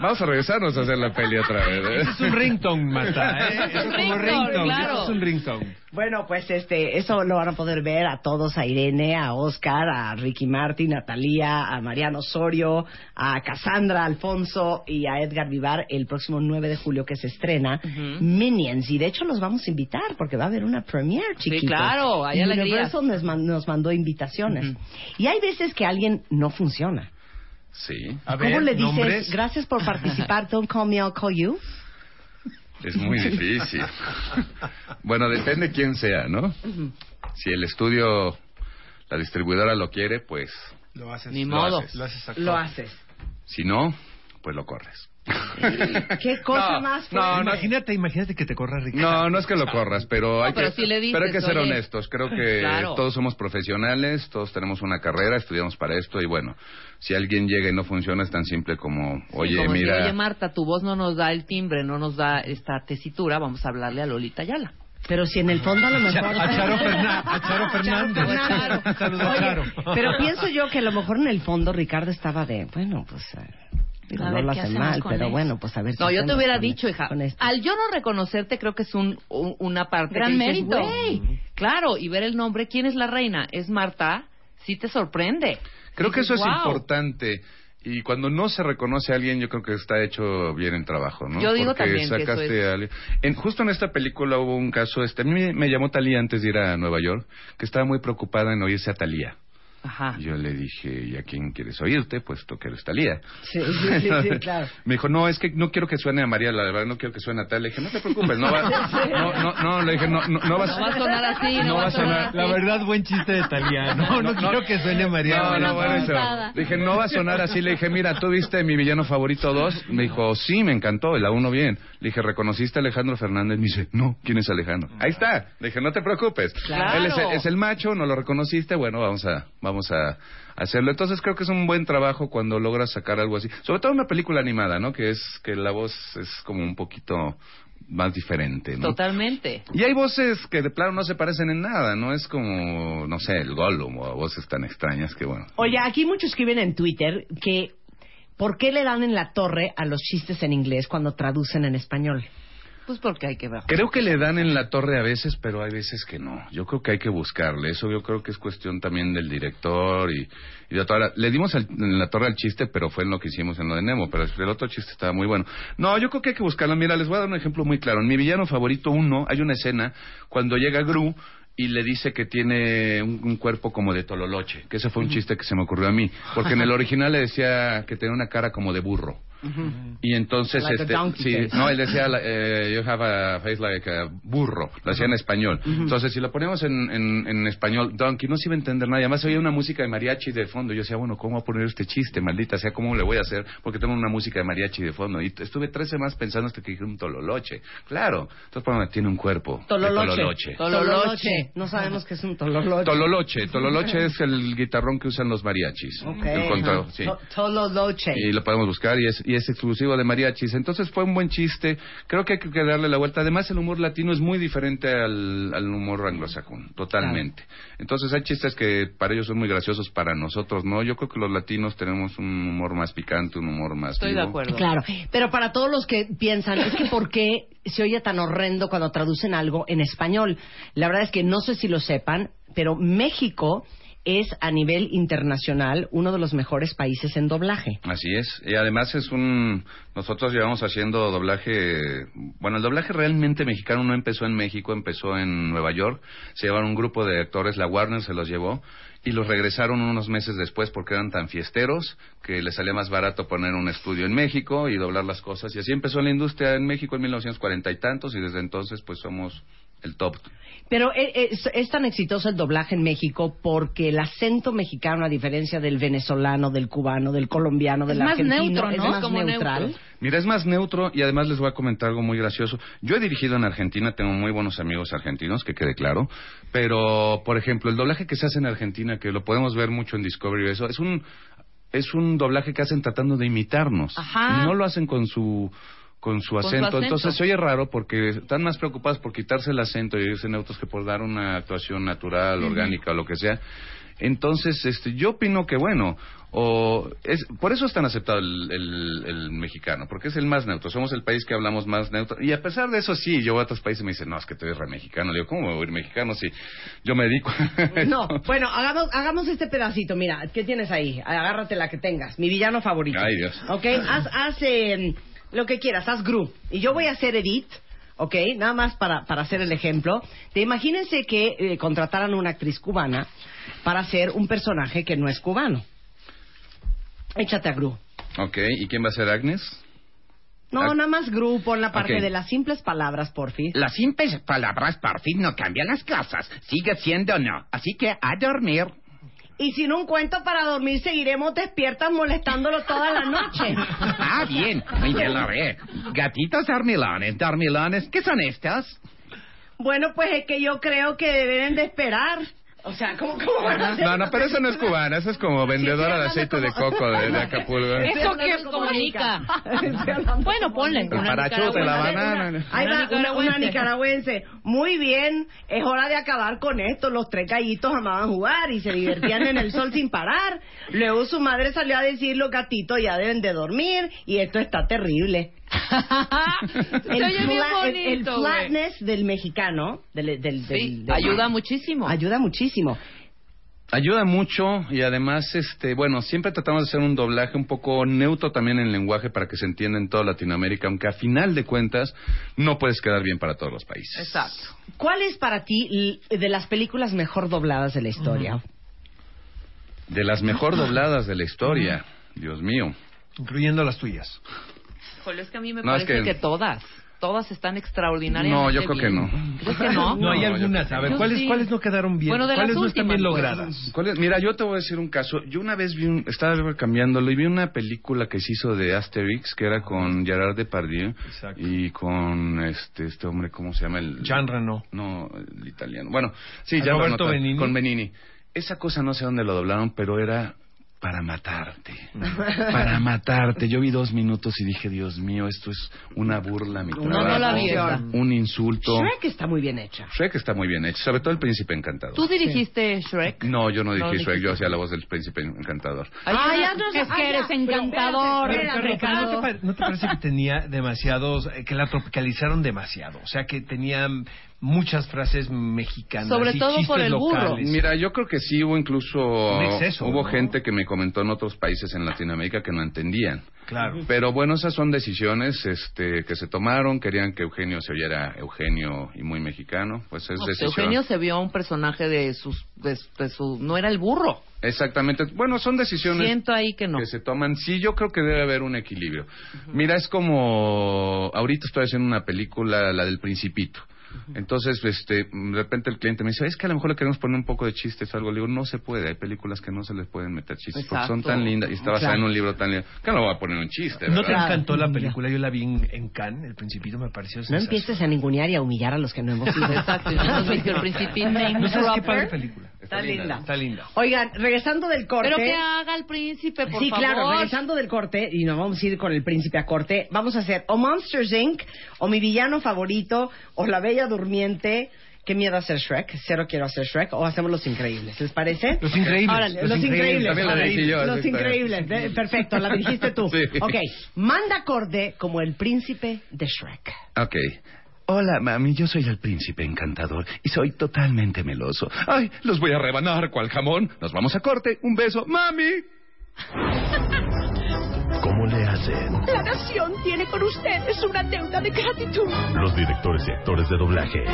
I: Vamos a regresarnos a hacer la peli otra vez. ¿eh?
J: Es un ringtone,
M: Ah,
J: Marta. ¿eh?
D: Es un
J: como
D: ringtone, claro.
J: Es un ringtone.
D: Bueno, pues este, eso lo van a poder ver a todos, a Irene, a Oscar, a Ricky Martin, a Talía, a Mariano Osorio, a Cassandra Alfonso y a Edgar Vivar el próximo 9 de julio que se estrena Minions. Y de hecho los vamos a invitar porque va a haber una premiere, chiquitos.
Q: claro, hay alegría.
D: Universal nos, man- nos mandó invitaciones. Y hay veces que alguien no funciona.
I: Sí.
D: ¿Cómo le dices, gracias por participar, don't call me, I'll call you?
I: Es muy difícil. Bueno, depende quién sea, ¿no? Si el estudio, la distribuidora lo quiere, pues
J: Lo haces.
Q: Ni
J: lo
Q: modo.
J: haces, Lo haces. actor.
D: Lo haces.
I: si no, pues lo corres.
D: ¿Qué cosa
J: No,
D: más
J: no,
Q: pues.
D: fuerte?
J: no, imagínate, imagínate que te corra Ricky.
I: No, no es que lo corras, pero hay,
Q: pero
I: que,
Q: sí le dices,
I: pero hay que ser
Q: oye.
I: honestos. Creo que
Q: Claro.
I: todos somos profesionales, todos tenemos una carrera, estudiamos para esto y bueno, si alguien llega y no funciona es tan simple como, oye,
Q: Como decir,
I: mira,
Q: Oye, Marta, tu voz no nos da el timbre, no nos da esta tesitura. Vamos a hablarle a Lolita Ayala.
D: Pero si en el fondo a lo mejor...
J: A Charo, Ferna- a Charo Fernández.
D: Fernández.
J: Saludos a Charo.
D: Pero pienso yo que a lo mejor en el fondo Ricardo estaba de, bueno, pues eh, Digo,
Q: A
D: no
Q: ver
D: lo
Q: qué
D: hacen
Q: hacemos
D: mal,
Q: con
D: pero
Q: eso.
D: bueno, pues a ver.
Q: No,
D: qué
Q: yo te
D: hacemos
Q: hubiera
D: con
Q: dicho,
D: esto.
Q: hija,
D: Con esto.
Q: al yo no reconocerte creo que es un, u- una parte
D: Gran
Q: que dices,
D: mérito.
Q: "Güey, Claro, y ver el nombre, ¿quién es la reina? ¿Es Marta? Sí te sorprende.
I: Creo que eso
Q: Dices,
I: es
Q: "Wow".
I: importante. Y cuando no se reconoce a alguien, yo creo que está hecho bien el trabajo, ¿no?
Q: Yo digo
I: Porque
Q: también que eso
I: sacaste
Q: es-
I: a alguien- en- justo en esta película hubo un caso, este, a mí me, me llamó Talía antes de ir a Nueva York, que estaba muy preocupada en oírse a Talía.
Q: Ajá.
I: Yo le dije, ¿y a quién quieres oírte? Puesto que eres Talía.
D: Sí, sí, sí, sí, claro.
I: Me dijo, no, es que no quiero que suene a María, la verdad, no quiero que suene a tal. Le dije, no te preocupes, no va, no, no, no, le dije, no, no, no vas,
Q: No va a sonar así, no,
I: no va a sonar.
J: La verdad, buen chiste de Talía. No, no, quiero que suene María.
I: No, no, bueno, eso.
J: Avanzada.
I: Le Dije, no va a sonar así. Le dije, mira, ¿tú viste mi villano favorito 2? Me dijo, sí, me encantó, y la 1 bien. Le dije, ¿reconociste a Alejandro Fernández? Me dice, no, ¿quién es Alejandro? Ahí está. Le dije, no te preocupes.
Q: Claro.
I: Él es, es el macho, no lo reconociste, bueno, vamos a, vamos a hacerlo. Entonces creo que es un buen trabajo cuando logras sacar algo así. Sobre todo una película animada, ¿no? Que es, que la voz es como un poquito más diferente, ¿no?
Q: Totalmente.
I: Y hay voces que de plano no se parecen en nada, ¿no? Es como, no sé, el Gollum o voces tan extrañas que, bueno.
D: Oye, aquí muchos escriben en Twitter que ¿por qué le dan en la torre a los chistes en inglés cuando traducen en español?
Q: Pues porque hay que ver.
I: Creo que le dan en la torre a veces, pero hay veces que no. Yo creo que hay que buscarle. Eso yo creo que es cuestión también del director y, y de toda la- Le dimos al- en la torre al chiste, pero fue en lo que hicimos en lo de Nemo, pero el otro chiste estaba muy bueno. No, yo creo que hay que buscarlo. Mira, les voy a dar un ejemplo muy claro. En mi villano favorito uno, hay una escena cuando llega Gru y le dice que tiene un, un cuerpo como de tololoche, que ese fue un chiste que se me ocurrió a mí, porque en el original le decía que tenía una cara como de burro. Y entonces,
M: Like a
I: este,
M: donkey
I: sí,
M: face.
I: no, él decía, la- eh, you have a face like a burro, lo hacía en español. Entonces, si lo ponemos en, en, en español, donkey, no se iba a entender nada. Y Además, oía una música de mariachi de fondo. Yo decía, bueno, ¿cómo voy a poner este chiste, maldita sea? ¿Cómo le voy a hacer? Porque tengo una música de mariachi de fondo. Y t- estuve 13 más pensando hasta que dije un tololoche. Claro, entonces, ponme, tiene un cuerpo. de
D: Tololoche.
Q: Tololoche.
D: No sabemos qué es un tololoche.
I: Tololoche. Tololoche es el guitarrón que usan los mariachis.
D: Ok.
I: El contrao, sí.
D: To- Tololoche.
I: y lo podemos buscar y es, y es exclusivo de mariachis. Entonces fue un buen chiste. Creo que hay que darle la vuelta. Además, el humor latino es muy diferente al, al humor anglosajón, totalmente. Entonces hay chistes que para ellos son muy graciosos, para nosotros no. Yo creo que los latinos tenemos un humor más picante, un humor más. vivo.
D: Claro, pero para todos los que piensan, es que ¿por qué se oye tan horrendo cuando traducen algo en español? La verdad es que no sé si lo sepan, pero México es a nivel internacional uno de los mejores países en doblaje.
I: Así es. Y además es un... Nosotros llevamos haciendo doblaje... Bueno, el doblaje realmente mexicano no empezó en México, empezó en Nueva York. Se llevaron un grupo de actores, la Warner se los llevó y los regresaron unos meses después porque eran tan fiesteros que les salía más barato poner un estudio en México y doblar las cosas. Y así empezó la industria en México en 1940 y tantos y desde entonces pues somos el top.
D: Pero eh, eh, es, es tan exitoso el doblaje en México porque el acento mexicano, a diferencia del venezolano, del cubano, del colombiano, del
Q: Es más
D: argentino,
Q: neutro, ¿no?
D: es más
Q: Como
D: neutral.
Q: neutro.
I: Mira, es más neutro y además les voy a comentar algo muy gracioso. Yo he dirigido en Argentina, tengo muy buenos amigos argentinos, que quede claro, pero, por ejemplo, el doblaje que se hace en Argentina, que lo podemos ver mucho en Discovery, eso, es un, es un doblaje que hacen tratando de imitarnos.
M: Ajá.
I: No lo hacen con su... Con su,
M: Con su
I: acento.
M: acento.
I: entonces se oye raro porque están más preocupados por quitarse el acento y irse neutros que por dar una actuación natural,
M: Ujú.
I: orgánica o lo que sea. Entonces, este, yo opino que bueno, o es, por eso es tan aceptado el, el- el mexicano, porque es el más neutro. Somos el país que hablamos más neutro. Y a pesar de eso, sí, yo voy a otros países y me dicen, no, es que tú eres re mexicano. Le digo, ¿cómo me voy a ir mexicano si yo me dedico a
D: No, bueno, hagamos, hagamos este pedacito. Mira, ¿qué tienes ahí? Agárrate la que tengas. Mi villano favorito.
I: Ay, Dios.
D: Ok, haz, haz eh, lo que quieras, haz Gru. Y yo voy a hacer Edith, ok, nada más para, para hacer el ejemplo. Te imagínense que eh, contrataran una actriz cubana para hacer un personaje que no es cubano. Échate a Gru.
I: Ok, ¿y quién va a ser Agnes?
D: No,
I: Ah.
D: nada más Gru, pon la parte
I: Ok.
D: de las simples palabras, porfi.
M: Las simples palabras por fin no cambian las cosas. Sigue siendo no. Así que a dormir.
D: Y sin un cuento para dormir, seguiremos despiertas molestándolo toda la noche.
M: Ah, bien. Muy bien lo ve. Gatitos dormilones. Dormilones. ¿Qué son estos?
D: Bueno, pues es que yo creo que deben de esperar. O sea, ¿cómo, cómo van a hacer?
I: No, no, pero eso no es cubana, eso es como vendedora de aceite de coco de, de Acapulco.
Q: Eso
D: hablando
Q: que
D: de
Q: comunica.
D: Estoy hablando
Q: Bueno, ponle.
I: El parachote, la banana.
D: Ahí va,
Q: Una
D: una, una
Q: nicaragüense.
D: nicaragüense. Muy bien, es hora de acabar con esto. Los tres gallitos amaban jugar y se divertían en el sol sin parar. Luego su madre salió a decir, los gatitos ya deben de dormir y esto está terrible. el,
Q: oye bien
D: fla- el- el
Q: bonito, güey.
D: flatness del mexicano, del, del, del-
Q: Sí,
D: del-
Q: ayuda muchísimo.
D: Ayuda muchísimo.
I: Ayuda mucho y además, este, bueno, siempre tratamos de hacer un doblaje un poco neutro también en lenguaje para que se entienda en toda Latinoamérica, aunque a final de cuentas no puedes quedar bien para todos los países.
D: Exacto. ¿Cuál es para ti l- de las películas mejor dobladas de la historia?
I: De las mejor dobladas de la historia, Dios mío.
J: Incluyendo las tuyas.
Q: Híjole, es que a mí me
I: No, es
Q: parece
I: que-
Q: que... todas. Todas están extraordinarias.
I: No, yo creo que no.
Q: ¿Crees que no?
J: No, hay
I: No, yo
J: algunas.
I: creo
J: A
I: que
J: ver,
I: no.
J: ¿cuáles,
Q: Yo sí.
J: ¿cuáles no quedaron bien?
Q: Bueno, de las
J: ¿Cuáles no están
Q: últimas,
J: bien
Q: pues.
J: logradas?
I: ¿Cuál es? Mira, yo te voy a decir un caso. Yo una vez vi un- estaba cambiándolo y vi una película que se hizo de Asterix que era con Gerard Depardieu y con este este hombre, ¿cómo se llama? El,
J: Jean Reno.
I: No, el italiano. Bueno, sí,
J: Ah,
I: Jean
J: Roberto
I: Reno,
J: Benigni.
I: Con Benini. Esa cosa no sé dónde lo doblaron, pero era para matarte. Para matarte. Yo vi dos minutos y dije, Dios mío, esto es una burla, a mi
D: Una
I: trabajo,
D: mala vida.
I: un insulto.
D: Shrek está muy bien hecha.
I: Shrek está muy bien hecho, sobre todo el Príncipe Encantador.
Q: ¿Tú dirigiste Shrek?
I: No, yo no dije
Q: No,
I: Shrek,
Q: dijiste.
I: yo hacía la voz del príncipe encantador.
Q: Ay,
D: ya
Q: no,
D: no-
Q: es
D: ah,
Q: que
D: ya,
Q: eres
D: pero
Q: encantador.
D: espérate, espérate,
Q: Ricardo.
J: ¿No te, pare- no te parece que tenía demasiados, eh, que la tropicalizaron demasiado? O sea, que tenía muchas frases mexicanas.
Q: Sobre
J: y
Q: todo por
J: chistes
Q: el burro.
J: locales.
I: Mira, yo creo que sí hubo incluso
J: Un exceso,
I: hubo
J: ¿no?
I: gente que me comentó en otros países en Latinoamérica que no entendían.
J: Claro.
I: Pero bueno, esas son decisiones este, que se tomaron. Querían que Eugenio se oyera Eugenio y muy mexicano. Pues es
Q: No, pues,
I: decisión.
Q: Eugenio se vio un personaje de sus, de, de su, no era el burro.
I: Exactamente. Bueno, son decisiones
Q: Siento ahí que no.
I: que se toman. Sí, yo creo que debe haber un equilibrio. Mira, es como ahorita estoy haciendo una película, la del Principito. Entonces, este, de repente el cliente me dice, es que a lo mejor le queremos poner un poco de chistes o algo. Le digo, no se puede, hay películas que no se les pueden meter chistes porque son
J: Exacto.
I: tan lindas y está basada
J: Claro.
I: en un libro tan lindo. Que no va a poner un chiste,
J: ¿No te
I: ¿verdad?
J: encantó la película? Yo la vi en, en Cannes, El Principito me pareció
D: No
J: sensacional.
D: empieces a ningunear y a humillar a los que no hemos ido.
Q: Exacto, y no hemos visto el Principito, name
J: ¿No sabes qué padre
Q: dropper?
J: película?
D: Está linda.
J: Está linda.
D: Oigan, regresando del corte.
Q: Pero que haga el príncipe, por
D: sí,
Q: favor.
D: claro, regresando del corte, y nos vamos a ir con el príncipe a corte, vamos a hacer o Monsters Inc., o mi villano favorito, o La Bella Durmiente. Qué miedo hacer Shrek, cero quiero hacer Shrek, o hacemos Los Increíbles, ¿les parece?
J: Los Increíbles.
D: Órale,
J: Los
D: los, Increíbles.
J: Increíbles. También la
D: órale.
J: dirigí yo,
D: Los
J: así está.
D: Increíbles, eh, perfecto, la dijiste tú.
I: Sí.
D: Ok, manda corte como el príncipe de Shrek.
I: Ok. Hola, mami, yo soy el príncipe encantador y soy totalmente meloso. Ay, los voy a rebanar cual jamón. Nos vamos a corte. Un beso. ¡Mami!
N: ¿Cómo le hacen
K: La nación tiene con ustedes una deuda de gratitud.
N: los directores y actores de doblaje?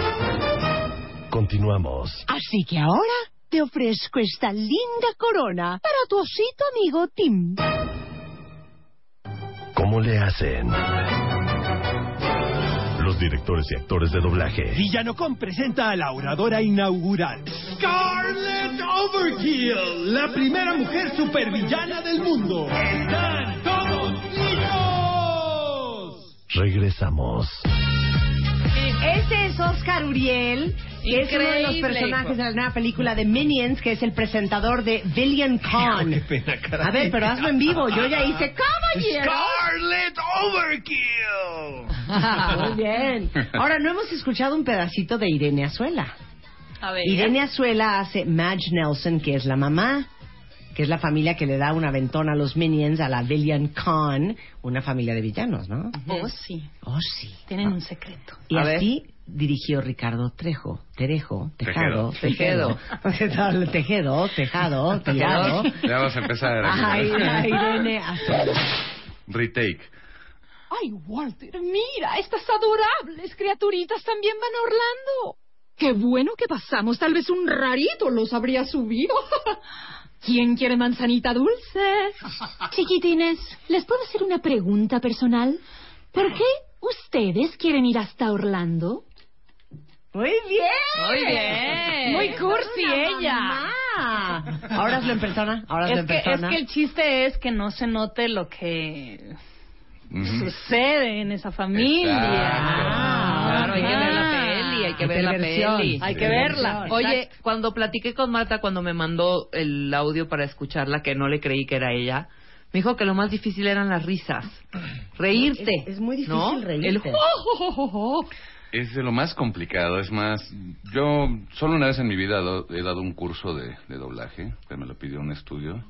N: Continuamos.
K: Así que ahora te ofrezco esta linda corona para tu osito amigo Tim.
N: ¿Cómo le hacen los directores y actores de doblaje?
P: Villanocom presenta a la oradora inaugural. Scarlett Overkill, la primera mujer supervillana del mundo. Están todos listos.
N: Regresamos.
D: Este es Oscar Uriel, que es uno de los
Q: Increíble,
D: personajes
Q: hijo.
D: de la nueva película de Minions, que es el presentador de Villian Con.
J: pena, caray.
D: A ver, pero hazlo en vivo. Yo ya hice caballero.
P: Scarlett Overkill.
D: Muy bien. Ahora, no hemos escuchado un pedacito de Irene Azuela.
Q: A ver.
D: Irene Azuela hace Madge Nelson, que es la mamá, que es la familia que le da una ventona a los Minions, a la Villian Con, una familia de villanos, ¿no?
Q: Oh, sí.
D: Oh, sí.
Q: Tienen un secreto.
D: Y
Q: A ver.
D: así dirigió Ricardo Trejo, Terejo, Tejado,
Q: Tejedo.
D: Tejedo, Tejedo, Tejado, Tirado.
I: Ya vamos a empezar.
D: Ajá, Irene Irene Azuela.
I: Retake.
K: Ay, Walter, mira, estas adorables criaturitas también van a Orlando. Qué bueno que pasamos, tal vez un rarito los habría subido. ¿Quién quiere manzanita dulce?
U: Chiquitines, ¿les puedo hacer una pregunta personal? ¿Por qué ustedes quieren ir hasta Orlando?
D: Muy bien.
Q: Muy bien.
U: Muy
Q: cursi ella.
D: Ahora hazlo en persona, ahora hazlo
Q: Es
D: en
Q: que, es
D: persona.
Q: que el chiste es que no se note lo que
I: Ujú.
Q: sucede en esa familia.
I: Exacto.
Q: Ah,
D: Claro, hay que ver la
Q: ajá.
D: peli, Ah. hay
Q: hay que ver la
H: Televisión.
Q: peli.
H: Hay que verla.
Q: Oye,
H: Exacto.
Q: cuando platiqué con Marta, cuando me mandó el audio para escucharla, que no le creí que era ella, me dijo que lo más difícil eran las risas. Reírte.
D: Es, es muy difícil
Q: ¿no?
D: reírte.
Q: El
I: Es de lo más complicado, es más, yo solo una vez en mi vida do- he dado un curso de, de doblaje, que me lo pidió un estudio,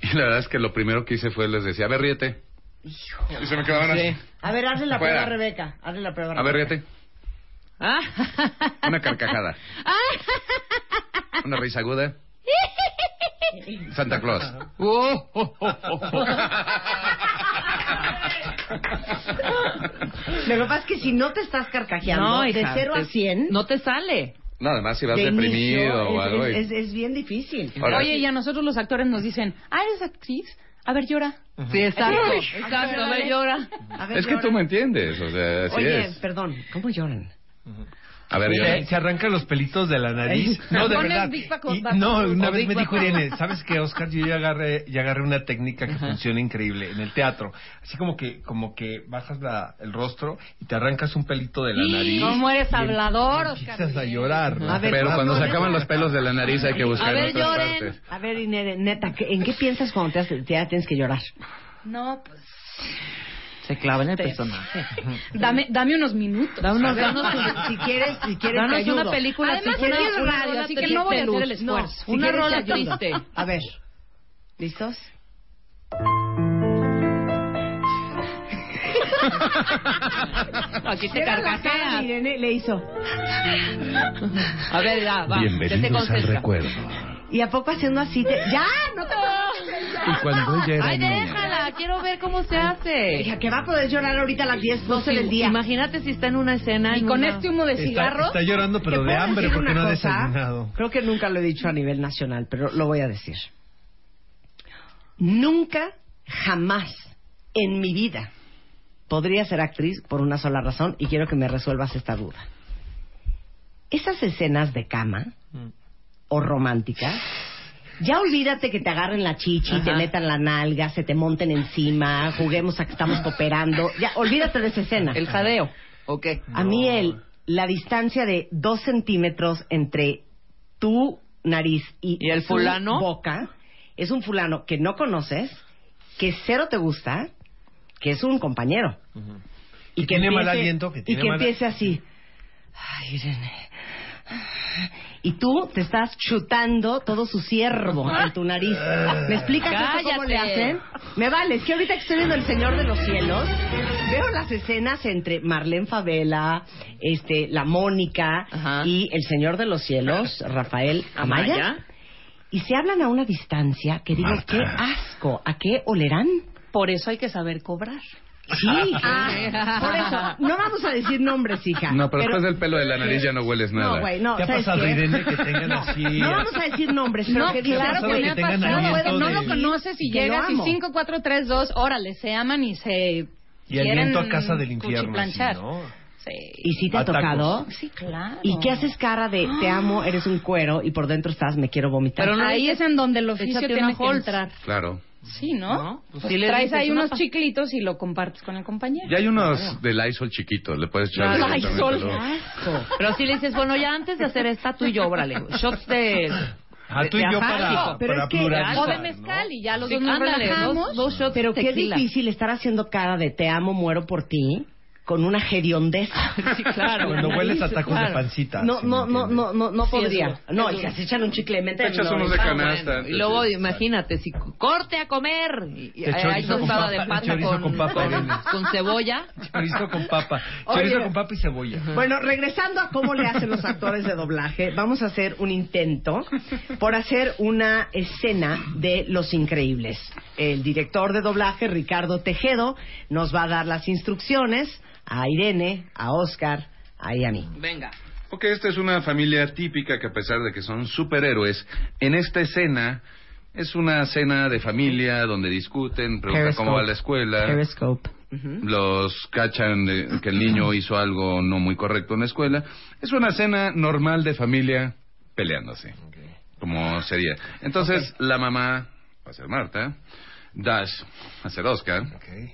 I: y la verdad es que lo primero que hice fue les decía, a ver, ríete. Y se me quedaban así,
D: A ver, hazle la
I: Fuera.
D: prueba a Rebeca. Hazle la prueba
I: a ver, ríete.
D: Ah.
I: Una carcajada, una risa aguda, Santa Claus. Oh, oh, oh, oh.
D: Lo que pasa es que si no te estás carcajeando,
Q: No,
D: de
Q: hija,
D: 0 a
Q: te-
D: 100...
Q: No te sale.
I: No, además si vas
D: de
I: deprimido
D: inicio,
I: o
D: es-
I: algo. y-
D: Es, es bien difícil.
I: Ahora-
H: Oye, y a nosotros los actores nos dicen, ah, eres actriz, a ver, llora.
Q: Sí, exacto.
H: Ay,
Q: Exacto, a ver,
H: perdóname.
Q: llora.
I: Es que tú me entiendes, o sea, así
D: Oye,
I: es.
D: perdón, ¿cómo lloran?
I: A ver,
J: se,
I: yo-
J: se arrancan los pelitos de la nariz. No, de
H: Pones
J: verdad.
H: Big Paco-
J: Y- no, una
H: o
J: vez
H: Big
J: me dijo
H: Paco.
J: Irene, ¿sabes qué, Oscar? Yo ya agarré, ya agarré una técnica que funciona increíble en el teatro. Así como que, como que bajas la- el rostro y te arrancas un pelito de la nariz.
H: ¿Cómo eres
J: y
H: hablador, Oscar?
J: Empiezas a llorar. ¿no?
D: A ver,
I: Pero cuando
D: no,
I: se
D: no,
I: acaban
D: no.
I: los pelos de la nariz hay que buscar en otras partes.
D: A ver, Irene, neta, ¿qué- ¿en qué piensas cuando te, hace- te- ya tienes que llorar?
H: No, pues,
Q: Se clava en el personaje.
H: dame, dame unos minutos.
Q: Danos-
D: danos- si quieres- si quieres,
Q: Danos
D: te
Q: una
D: ayudo.
Q: película.
H: Además,
Q: así,
H: aquí
Q: una-
H: es
Q: una
H: radio,
Q: rola
H: así que no voy a hacer el
Q: feliz.
H: esfuerzo.
Q: No, una
D: quieres,
Q: rola
D: te ayudo.
Q: triste.
D: A ver. ¿Listos?
Q: Aquí te
D: Era la cara
Q: carcajeas.
D: de Irene le hizo.
Q: A ver, ya, va. que te
N: Bienvenidos al
Q: concentres.
N: recuerdo.
D: ¿Y a poco haciendo así? te- ¡Ya! ¡No te
N: Y cuando ella era
Q: Ay,
N: niña,
Q: déjala, quiero ver cómo se hace.
D: Dije que va a poder llorar ahorita a las 10, 12 del día.
Q: Imagínate si está en una escena.
H: Y
Q: en
H: con
Q: una-
H: este humo de cigarro,
J: Está llorando,
D: ¿Te
J: pero de
D: puedo
J: hambre
D: decir
J: porque
D: una
J: no ha
D: cosa?
J: desayunado.
D: Creo que nunca lo he dicho a nivel nacional, pero lo voy a decir. Nunca, jamás en mi vida podría ser actriz por una sola razón y quiero que me resuelvas esta duda. Esas escenas de cama
Q: Mm.
D: o románticas, ya olvídate que te agarren la chichi, te metan la nalga, se te monten encima, juguemos a que estamos cooperando, ya olvídate de esa escena.
Q: El jadeo. ¿O qué?
D: A mí el, la distancia de dos centímetros entre tu nariz y,
Q: ¿Y el
D: tu
Q: fulano?
D: boca es un fulano que no conoces, que cero te gusta, que es un compañero.
J: Y tiene mal aliento, que tiene
D: y que
J: mal-
D: empiece así. Ay, Irene. Y tú te estás chutando todo su ciervo en tu nariz. ¿Me explicas eso cómo
Q: Cállate.
D: le hacen? Me vale, es que ahorita que estoy viendo El Señor de los Cielos, veo las escenas entre Marlene Favela, este, la Mónica
Q: Ajá.
D: y El Señor de los Cielos, Rafael Amaya,
Q: Amaya.
D: y se hablan a una distancia que digo,
N: Marta.
D: qué asco, ¿a qué olerán?
H: por eso hay que saber cobrar.
D: Sí, ah, por eso, no vamos a decir nombres, hija.
I: No, pero, después del pelo de la nariz ya no hueles nada.
D: No, güey, no,
J: ¿Te ha
D: ¿sabes
J: pasado,
D: qué?
J: Irene, que tengan
D: no,
J: así?
D: no vamos a decir nombres, pero
H: No,
D: que
H: claro
D: digas,
H: que
J: que
H: me ha
J: tengan
H: pasado.
J: aliento
H: Puede- No lo
J: de-
H: conoces y
D: que lo
H: llegas y
D: amo.
H: 5, 4, 3, 2, órale, se aman y se.
J: Y el viento a casa del infierno. así,
H: planchar.
J: ¿no?
D: ¿Y si te ha
J: Atacos.
D: tocado?
H: Sí, claro.
D: ¿Y qué haces cara de te amo, eres un cuero y por dentro estás me quiero vomitar?
H: Ah. Pero ahí es en donde el oficio
Q: Échate
H: tiene
Q: una
H: que
Q: Holtz.
H: entrar.
I: Claro.
H: Sí, ¿no?
Q: No, pues
H: Pues
Q: sí le
H: traes
Q: dices
H: ahí
Q: una
H: unos
Q: pa-
H: chiclitos y lo compartes con el compañero.
I: Ya hay unos del Lysol chiquito, le puedes echar.
H: Claro.
I: directamente
H: Lysol.
I: luego.
Q: Pero si le dices, bueno, ya antes de hacer esta, tú y yo, órale. Shots de.
J: Ah, tú y
Q: de
J: yo
Q: ajánico.
J: para,
D: pero
J: para
D: es que-
J: pluralizar,
H: O de
J: ¿no?
H: mezcal y ya los
Q: Sí,
H: dos nos
Q: ándale,
H: relajamos.
Q: dos- dos shots
D: Pero
Q: de
D: qué
Q: tequila.
D: difícil estar haciendo cara de te amo, muero por ti con una hediondez.
Q: Sí, claro.
J: Cuando
Q: La
J: hueles
Q: nariz,
J: a tacos
Q: claro.
J: de pancita.
D: No,
J: ¿sí me
D: no, no,
J: entiendes?
D: no, no, no
Q: Sí,
D: podría.
Q: eso,
D: No,
Q: eso.
D: y si se echan un chicle de menta.
I: Te echas
D: no,
I: unos de
D: no.
I: canasta.
Q: Bueno, y
I: entonces,
Q: luego
I: sí.
Q: imagínate, si c- corte a comer, y, y
J: De
Q: hay
J: chorizo con
Q: tostada
J: papa,
Q: de
J: de
Q: pata
J: chorizo
Q: con,
J: con papa,
Q: con-
J: Irene.
Q: con cebolla.
J: Chorizo con papa.
D: Oye.
J: Chorizo con papa y cebolla.
D: Bueno, regresando a cómo le hacen los actores de doblaje, vamos a hacer un intento por hacer una escena de Los Increíbles. El director de doblaje, Ricardo Tejedo, nos va a dar las instrucciones a Irene, a Oscar, ahí a mí.
Q: Venga.
I: Ok, esta es una familia típica que a pesar de que son superhéroes, en esta escena es una cena de familia donde discuten, preguntan cómo va la escuela,
D: Periscope.
I: los cachan de que el niño hizo algo no muy correcto en la escuela. Es una cena normal de familia peleándose, como sería. Entonces la mamá va a ser Marta, Dash va a ser Oscar,
J: Ok.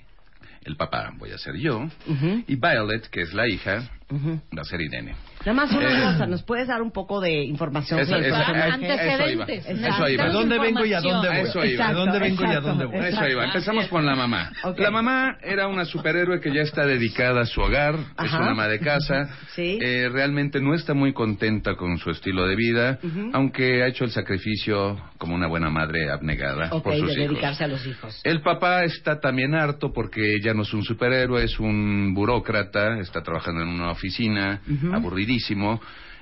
I: el papá voy a ser yo,
D: Ujú.
I: y Violet, que es la hija, va a ser Irene.
D: Nada más una
I: Eh,
D: cosa, ¿nos puedes dar un poco de información
I: Eso-
D: sobre el
I: eso-
D: personaje?
I: eh, eso iba. Eso iba. ¿De dónde vengo y a dónde voy? Eso iba. ¿De dónde vengo y a dónde voy? Eso iba. Empezamos con la mamá.
D: Ok.
I: La mamá era una superhéroe que ya está dedicada a su hogar, es
D: Ajá.
I: una ama de casa.
D: Sí.
I: Eh, realmente no está muy contenta con su estilo de vida,
D: Ujú.
I: aunque ha hecho el sacrificio como una buena madre abnegada
D: Ok,
I: por sus
D: de
I: hijos.
D: dedicarse a los hijos.
I: El papá está también harto porque ella no es un superhéroe, es un burócrata, está trabajando en una oficina,
D: Ujú.
I: aburridísimo.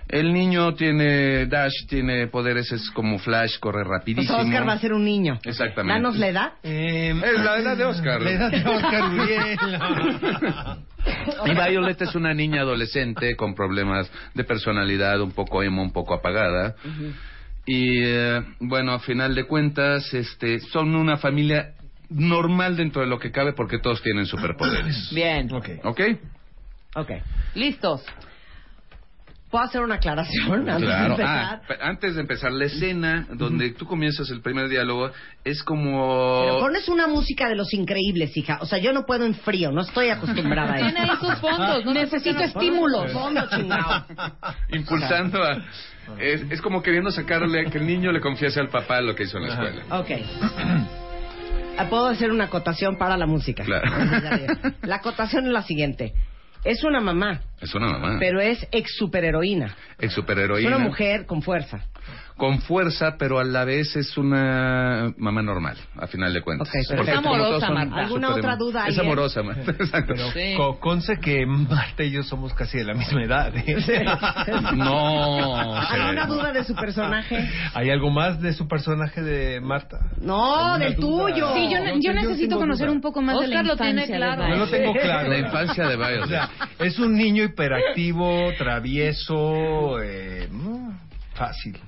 I: El niño tiene dash, tiene poderes, es como Flash, corre
D: O
I: rapidísimo.
D: sea, Oscar va a ser un niño.
I: Exactamente.
D: Danos la edad.
I: Es la edad de Oscar.
D: Eh, La edad de Oscar
I: Y Violet es una niña adolescente con problemas de personalidad, un poco emo, un poco apagada. Y eh, bueno, a final de cuentas, este, son una familia normal dentro de lo que cabe porque todos tienen superpoderes.
D: Bien.
I: ¿Ok?
D: Ok.
Q: Listos.
D: ¿Puedo hacer una aclaración antes
I: Claro.
D: de empezar?
I: Ah, pe- antes de empezar, la escena donde tú comienzas el primer diálogo es
D: Pero
I: como...
D: pones una música de los increíbles, hija. O sea, yo no puedo en frío, no estoy acostumbrada a eso.
H: Tiene ahí sus fondos, no necesito estímulos.
D: Fondo, chingado.
I: Impulsando a... Es, es como queriendo sacarle, que el niño le confiese al papá lo que hizo en la escuela.
D: Ok. Ah, Puedo hacer una acotación para la música.
I: Claro.
D: La acotación es la siguiente. Es una mamá,
I: Es una mamá.
D: pero es ex superheroína.
I: Ex
D: Es
I: superheroína.
D: una mujer con fuerza.
I: Con fuerza, pero a la vez es una mamá normal, a final de cuentas.
D: perfecto.
I: Porque
D: Es
I: como todos
D: amorosa,
I: son
D: Marta. ¿Alguna
I: superhéroes.
D: otra duda
I: Es
D: ahí, eh?
I: amorosa, Marta. Exacto.
J: Pero co- conce que eh, Marta y yo somos casi de la misma edad. ¿eh?
I: No.
D: Ah, ¿Alguna duda de su personaje?
J: ¿Hay algo más de su personaje de Marta?
D: No, del
J: duda?
D: tuyo.
L: Sí, yo,
J: No,
L: yo
J: yo
L: necesito
J: tengo
L: conocer
J: duda.
L: un poco más de la
Q: Oscar lo
L: infancia
Q: tiene
L: de
Q: claro.
L: Vale.
J: No lo tengo claro.
I: La infancia de Violet.
J: O sea, es un niño hiperactivo, travieso, eh, mm, fácil,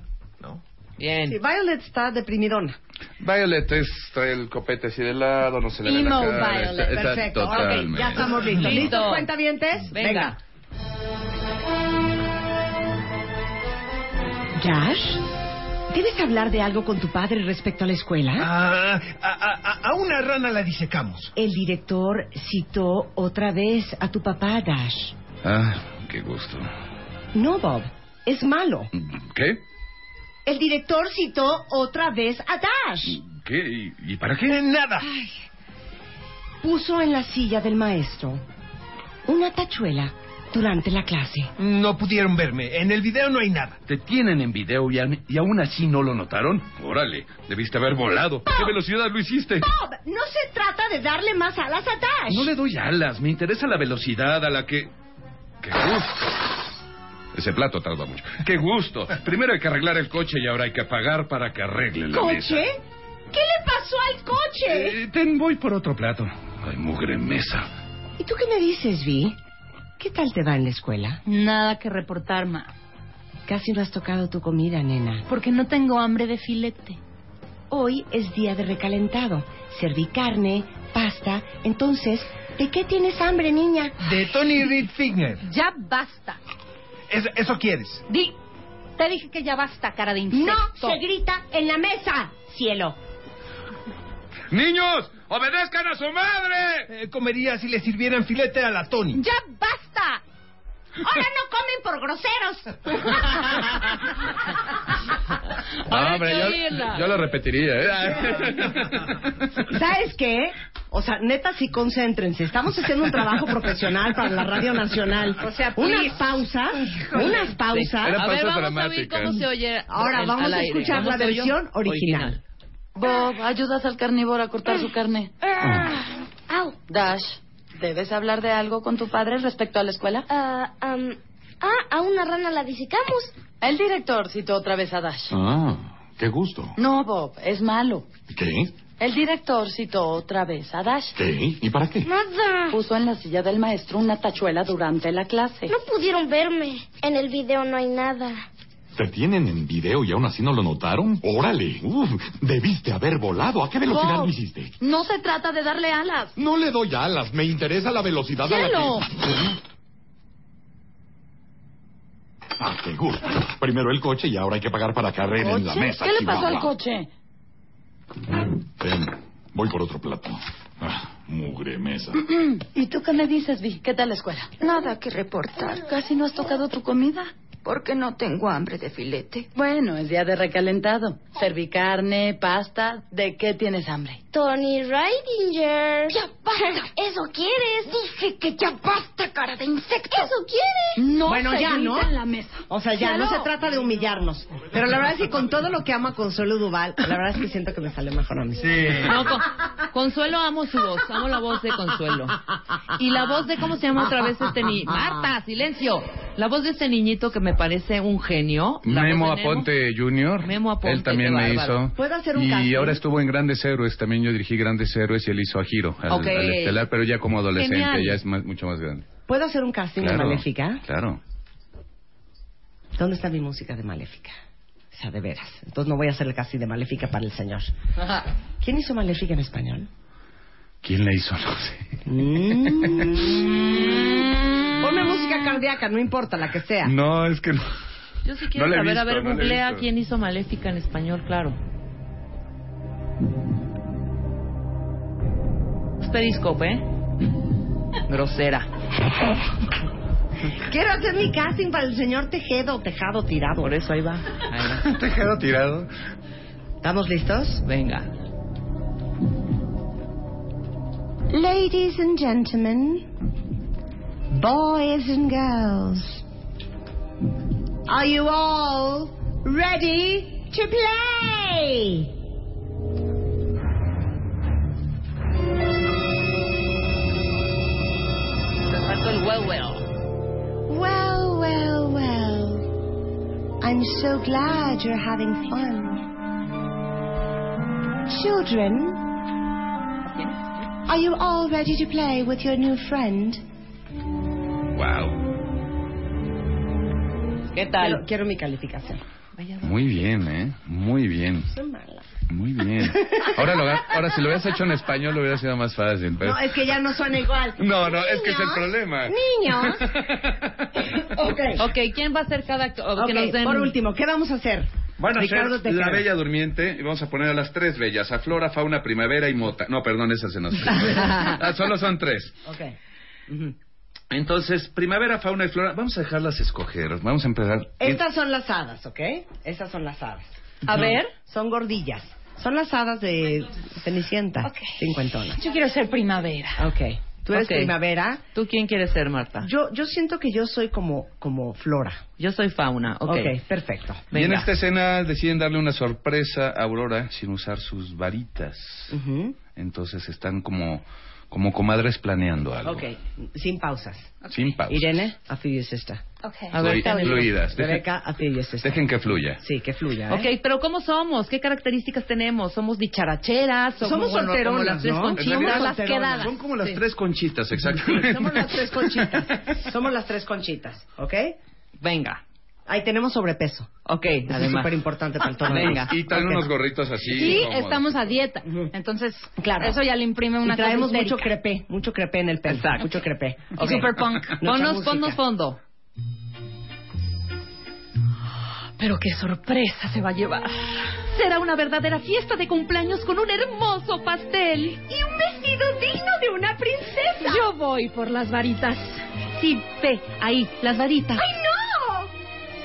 J: ¿no?
Q: Bien.
D: Oh, Sí, Violet está deprimidona.
I: Violet es, trae el copete así de lado, no se le ve la
D: Emo
I: cara.
D: Violet.
I: está- está
D: Perfecto. Ok,
I: totalmente.
D: ya estamos listos.
Q: Listo.
D: ¿Listos, cuentavientes?
Q: Venga.
D: Josh, ¿debes hablar de algo con tu padre respecto a la escuela?
J: Ah, a, a- a una rana la disecamos.
D: El director citó otra vez a tu papá, Dash.
I: Ah, qué gusto.
D: No, Bob, es malo.
I: ¿Qué?
D: El director citó otra vez a Dash.
I: ¿Qué? ¿Y, y para qué?
J: Nada.
D: Puso en la silla del maestro una tachuela durante la clase.
J: No pudieron verme. En el video no hay nada.
I: Te tienen en video y, al- y aún así no lo notaron. Órale, debiste haber volado. ¿A qué velocidad lo hiciste?
D: Bob, no se trata de darle más alas a Dash.
I: No le doy alas, me interesa la velocidad a la que... ¡Qué gusto! Ese plato tarda mucho. ¡Qué gusto! Primero hay que arreglar el coche y ahora hay que pagar para que arregle la mesa.
K: ¿Coche? ¿Qué le pasó al coche?
I: Eh, ten, voy por otro plato. Ay, mugre mesa.
D: ¿Y tú qué me dices, Vi? ¿Qué tal te va en la escuela?
L: Nada que reportar, ma.
D: Casi no has tocado tu comida, nena.
L: Porque no tengo hambre de filete.
D: Hoy es día de recalentado. Serví carne, pasta. Entonces, ¿de qué tienes hambre, niña?
J: De Tony Reedfinger.
L: Ya basta.
J: Es- eso quieres.
L: Di. Te dije que ya basta, cara de insecto.
D: No se grita en la mesa, cielo.
I: ¡Niños! ¡Obedezcan a su madre!
J: Eh, comería si le sirvieran filete a la Tony.
L: ¡Ya basta! Ahora no comen por groseros.
I: No, Ah, hombre, yo, yo lo repetiría. ¿eh?
D: ¿Sabes qué? O sea, neta, sí, concéntrense. Estamos haciendo un trabajo profesional para la Radio Nacional.
Q: O sea,
D: unas
Q: please.
D: pausas, unas pausas.
I: Era
Q: a ver,
I: pausa
Q: vamos a oír
I: dramática.
Q: cómo se oye.
D: Ahora
Q: el-
D: vamos
Q: al
D: a
Q: aire.
D: escuchar
Q: ¿Cómo
D: la
Q: se oyó?
D: versión original.
S: Bob, ayudas al carnívoro a cortar su carne.
V: Ah. Au.
S: Dash, ¿debes hablar de algo con tu padre respecto a la escuela?
V: Ah, am, ah, a una rana la disecamos.
S: El director citó otra vez a Dash.
W: Ah, qué gusto.
S: No, Bob, es malo.
W: ¿Qué?
S: El director citó otra vez a Dash.
W: ¿Qué? ¿Y para qué?
V: Nada.
S: Puso en la silla del maestro una tachuela durante la clase.
V: No pudieron verme. En el video no hay nada.
W: ¿Te tienen en video y aún así no lo notaron? Órale, uf, debiste haber volado. ¿A qué velocidad
S: Bob.
W: lo hiciste?
S: No se trata de darle alas.
W: No le doy alas, me interesa la velocidad
S: ¡Cielo!
W: a la que... Ah, qué gusto. Primero el coche y ahora hay que pagar para que arreglen la
S: ¿Coche?
W: mesa.
S: ¿Qué le pasó al
W: chihuahua.
S: coche?
W: Ven, voy por otro plato. Ah, Mugre mesa.
S: ¿Y tú qué me dices, Vi? ¿Qué tal la escuela?
X: Nada que
H: Ah,
X: reportar. Casi no has tocado tu comida. Porque no tengo hambre de filete.
S: Bueno, es día de recalentado. Cervicarne, pasta. ¿De qué tienes hambre?
X: Tony Ridinger.
V: ¡Ya basta! ¿Eso quieres? Dije que ya basta, cara de insecto. ¿Eso quieres?
D: No bueno, ya, ¿no?
S: la mesa.
D: O sea, ya, no se trata de humillarnos. Pero la verdad es que con todo lo que ama Consuelo Duval, la verdad es que siento que me sale mejor a mí.
J: Sí.
Q: No, Con- Consuelo amo su voz, amo la voz de Consuelo. Y la voz de, ¿cómo se llama otra vez este niño? Marta, silencio. La voz de este niñito que me parece un genio. La
I: Memo
Q: voz de Nemo.
I: Aponte Jr.
Q: Memo Aponte,
I: él también
Q: qué
I: me
Q: bárbaro.
I: hizo.
Q: ¿Puedo hacer un
I: y
Q: casting?
I: ahora estuvo en Grandes Héroes, también yo dirigí Grandes Héroes y él hizo a Giro, al,
D: Ok.
I: al estelar, pero ya como adolescente,
D: Genial.
I: ya es más- mucho más grande.
D: ¿Puedo hacer un casting de
I: Claro,
D: Maléfica?
I: Claro.
D: ¿Dónde está mi música de Maléfica? O sea, de veras. Entonces no voy a hacer el casting de Maléfica para el señor. ¿Quién hizo Maléfica en español? Mm.
I: ¿Quién la hizo? No sé.
D: Ponme música cardíaca, no importa la que sea.
I: No, es que no.
Q: Yo sí quiero
I: No la he
Q: saber, a
I: visto, no la
Q: ver,
I: he
Q: googlea
I: visto.
Q: quién hizo Maléfica en español, claro. Es Periscope, ¿eh? Grosera.
D: Quiero hacer mi casting para el señor Tejedo, Tejado Tirado. Por
Q: eso ahí va.
I: Tejado Tirado.
D: ¿Estamos listos?
Q: Venga.
X: Ladies and gentlemen, boys and girls, are you all ready to play?
Q: Te faltó el well, well.
X: Well, well, well. I'm so glad you're having fun. Children, are you all ready to play with your new friend?
I: Wow.
D: ¿Qué tal? Quiero, quiero mi calificación.
I: Muy bien, ¿eh? Muy bien.
D: Soy mala.
I: Muy bien. Ahora, lo, ahora si lo hubieras hecho en español, lo hubiera sido más fácil. pero-
D: No, eh, es que ya no suena igual.
I: Pues- No, no, es que es el problema.
D: Niños. ok.
Q: Ok, ¿quién va a hacer cada... acto- o que
D: Ok,
Q: nos den-
D: Por último, ¿qué vamos a hacer?
I: Van a
D: Ricardo
I: ser la
D: Tejero.
I: bella durmiente y vamos a poner a las tres bellas, a Flora, Fauna, Primavera y Mota. No, perdón, esas se nos... Ah, Solo son tres.
D: Ok.
I: Entonces, Primavera, Fauna y Flora, vamos a dejarlas escoger. Vamos a empezar.
D: Estas son las hadas, ¿ok? Estas son las hadas.
I: A ver.
D: Son gordillas. Son las hadas de Cenicienta. Cincuentona.
H: Yo quiero ser primavera.
D: Ok. Tú eres
Q: Ok.
D: primavera.
Q: ¿Tú quién quieres ser, Marta?
D: Yo, yo siento que yo soy como, como Flora.
Q: Yo soy Fauna, ok.
D: Ok, perfecto.
I: Y en
Q: Venga.
I: esta escena deciden darle una sorpresa a Aurora sin usar sus varitas. Entonces están como, como comadres planeando algo.
D: Ok, sin pausas.
I: Sin pausa.
D: Irene, a feed your sister.
Q: A ver,
I: Flu-
Q: Tania.
I: fluidas. Dejen-
D: Rebeca, a feed your sister.
I: Dejen que fluya.
D: Sí, que fluya. ¿eh?
Q: Ok, pero ¿cómo somos? ¿Qué características tenemos? ¿Somos dicharacheras? ¿Somos,
D: Somos
Q: bueno,
D: solteronas,
Q: como las tres
D: ¿no?
Q: conchitas?
D: Somos
Q: las
D: solteronas.
Q: quedadas.
D: Son como las
Q: Sí.
I: Tres conchitas, exactamente.
D: Somos las tres conchitas. Somos las tres conchitas, ¿ok?
Q: Venga.
D: Ahí tenemos sobrepeso.
Q: Ok,
D: Eso es
Q: además.
D: súper importante para el tono. de
Q: Venga.
D: voz.
I: Y traen
D: Ok.
I: unos gorritos así.
H: Sí,
I: como-
H: estamos a dieta. Entonces,
D: Claro.
H: eso ya le imprime una
D: y traemos
H: cosa
D: mucho
H: histérica.
D: crepé, mucho crepé en el pelo, mucho crepé.
H: Y super punk.
Q: Ponnos, ponnos fondo.
H: Pero qué sorpresa se va a llevar. Será una verdadera fiesta de cumpleaños con un hermoso pastel.
S: Y un vestido digno de una princesa.
H: Yo voy por las varitas. Sí, ve, ahí, las varitas.
S: ¡Ay, no!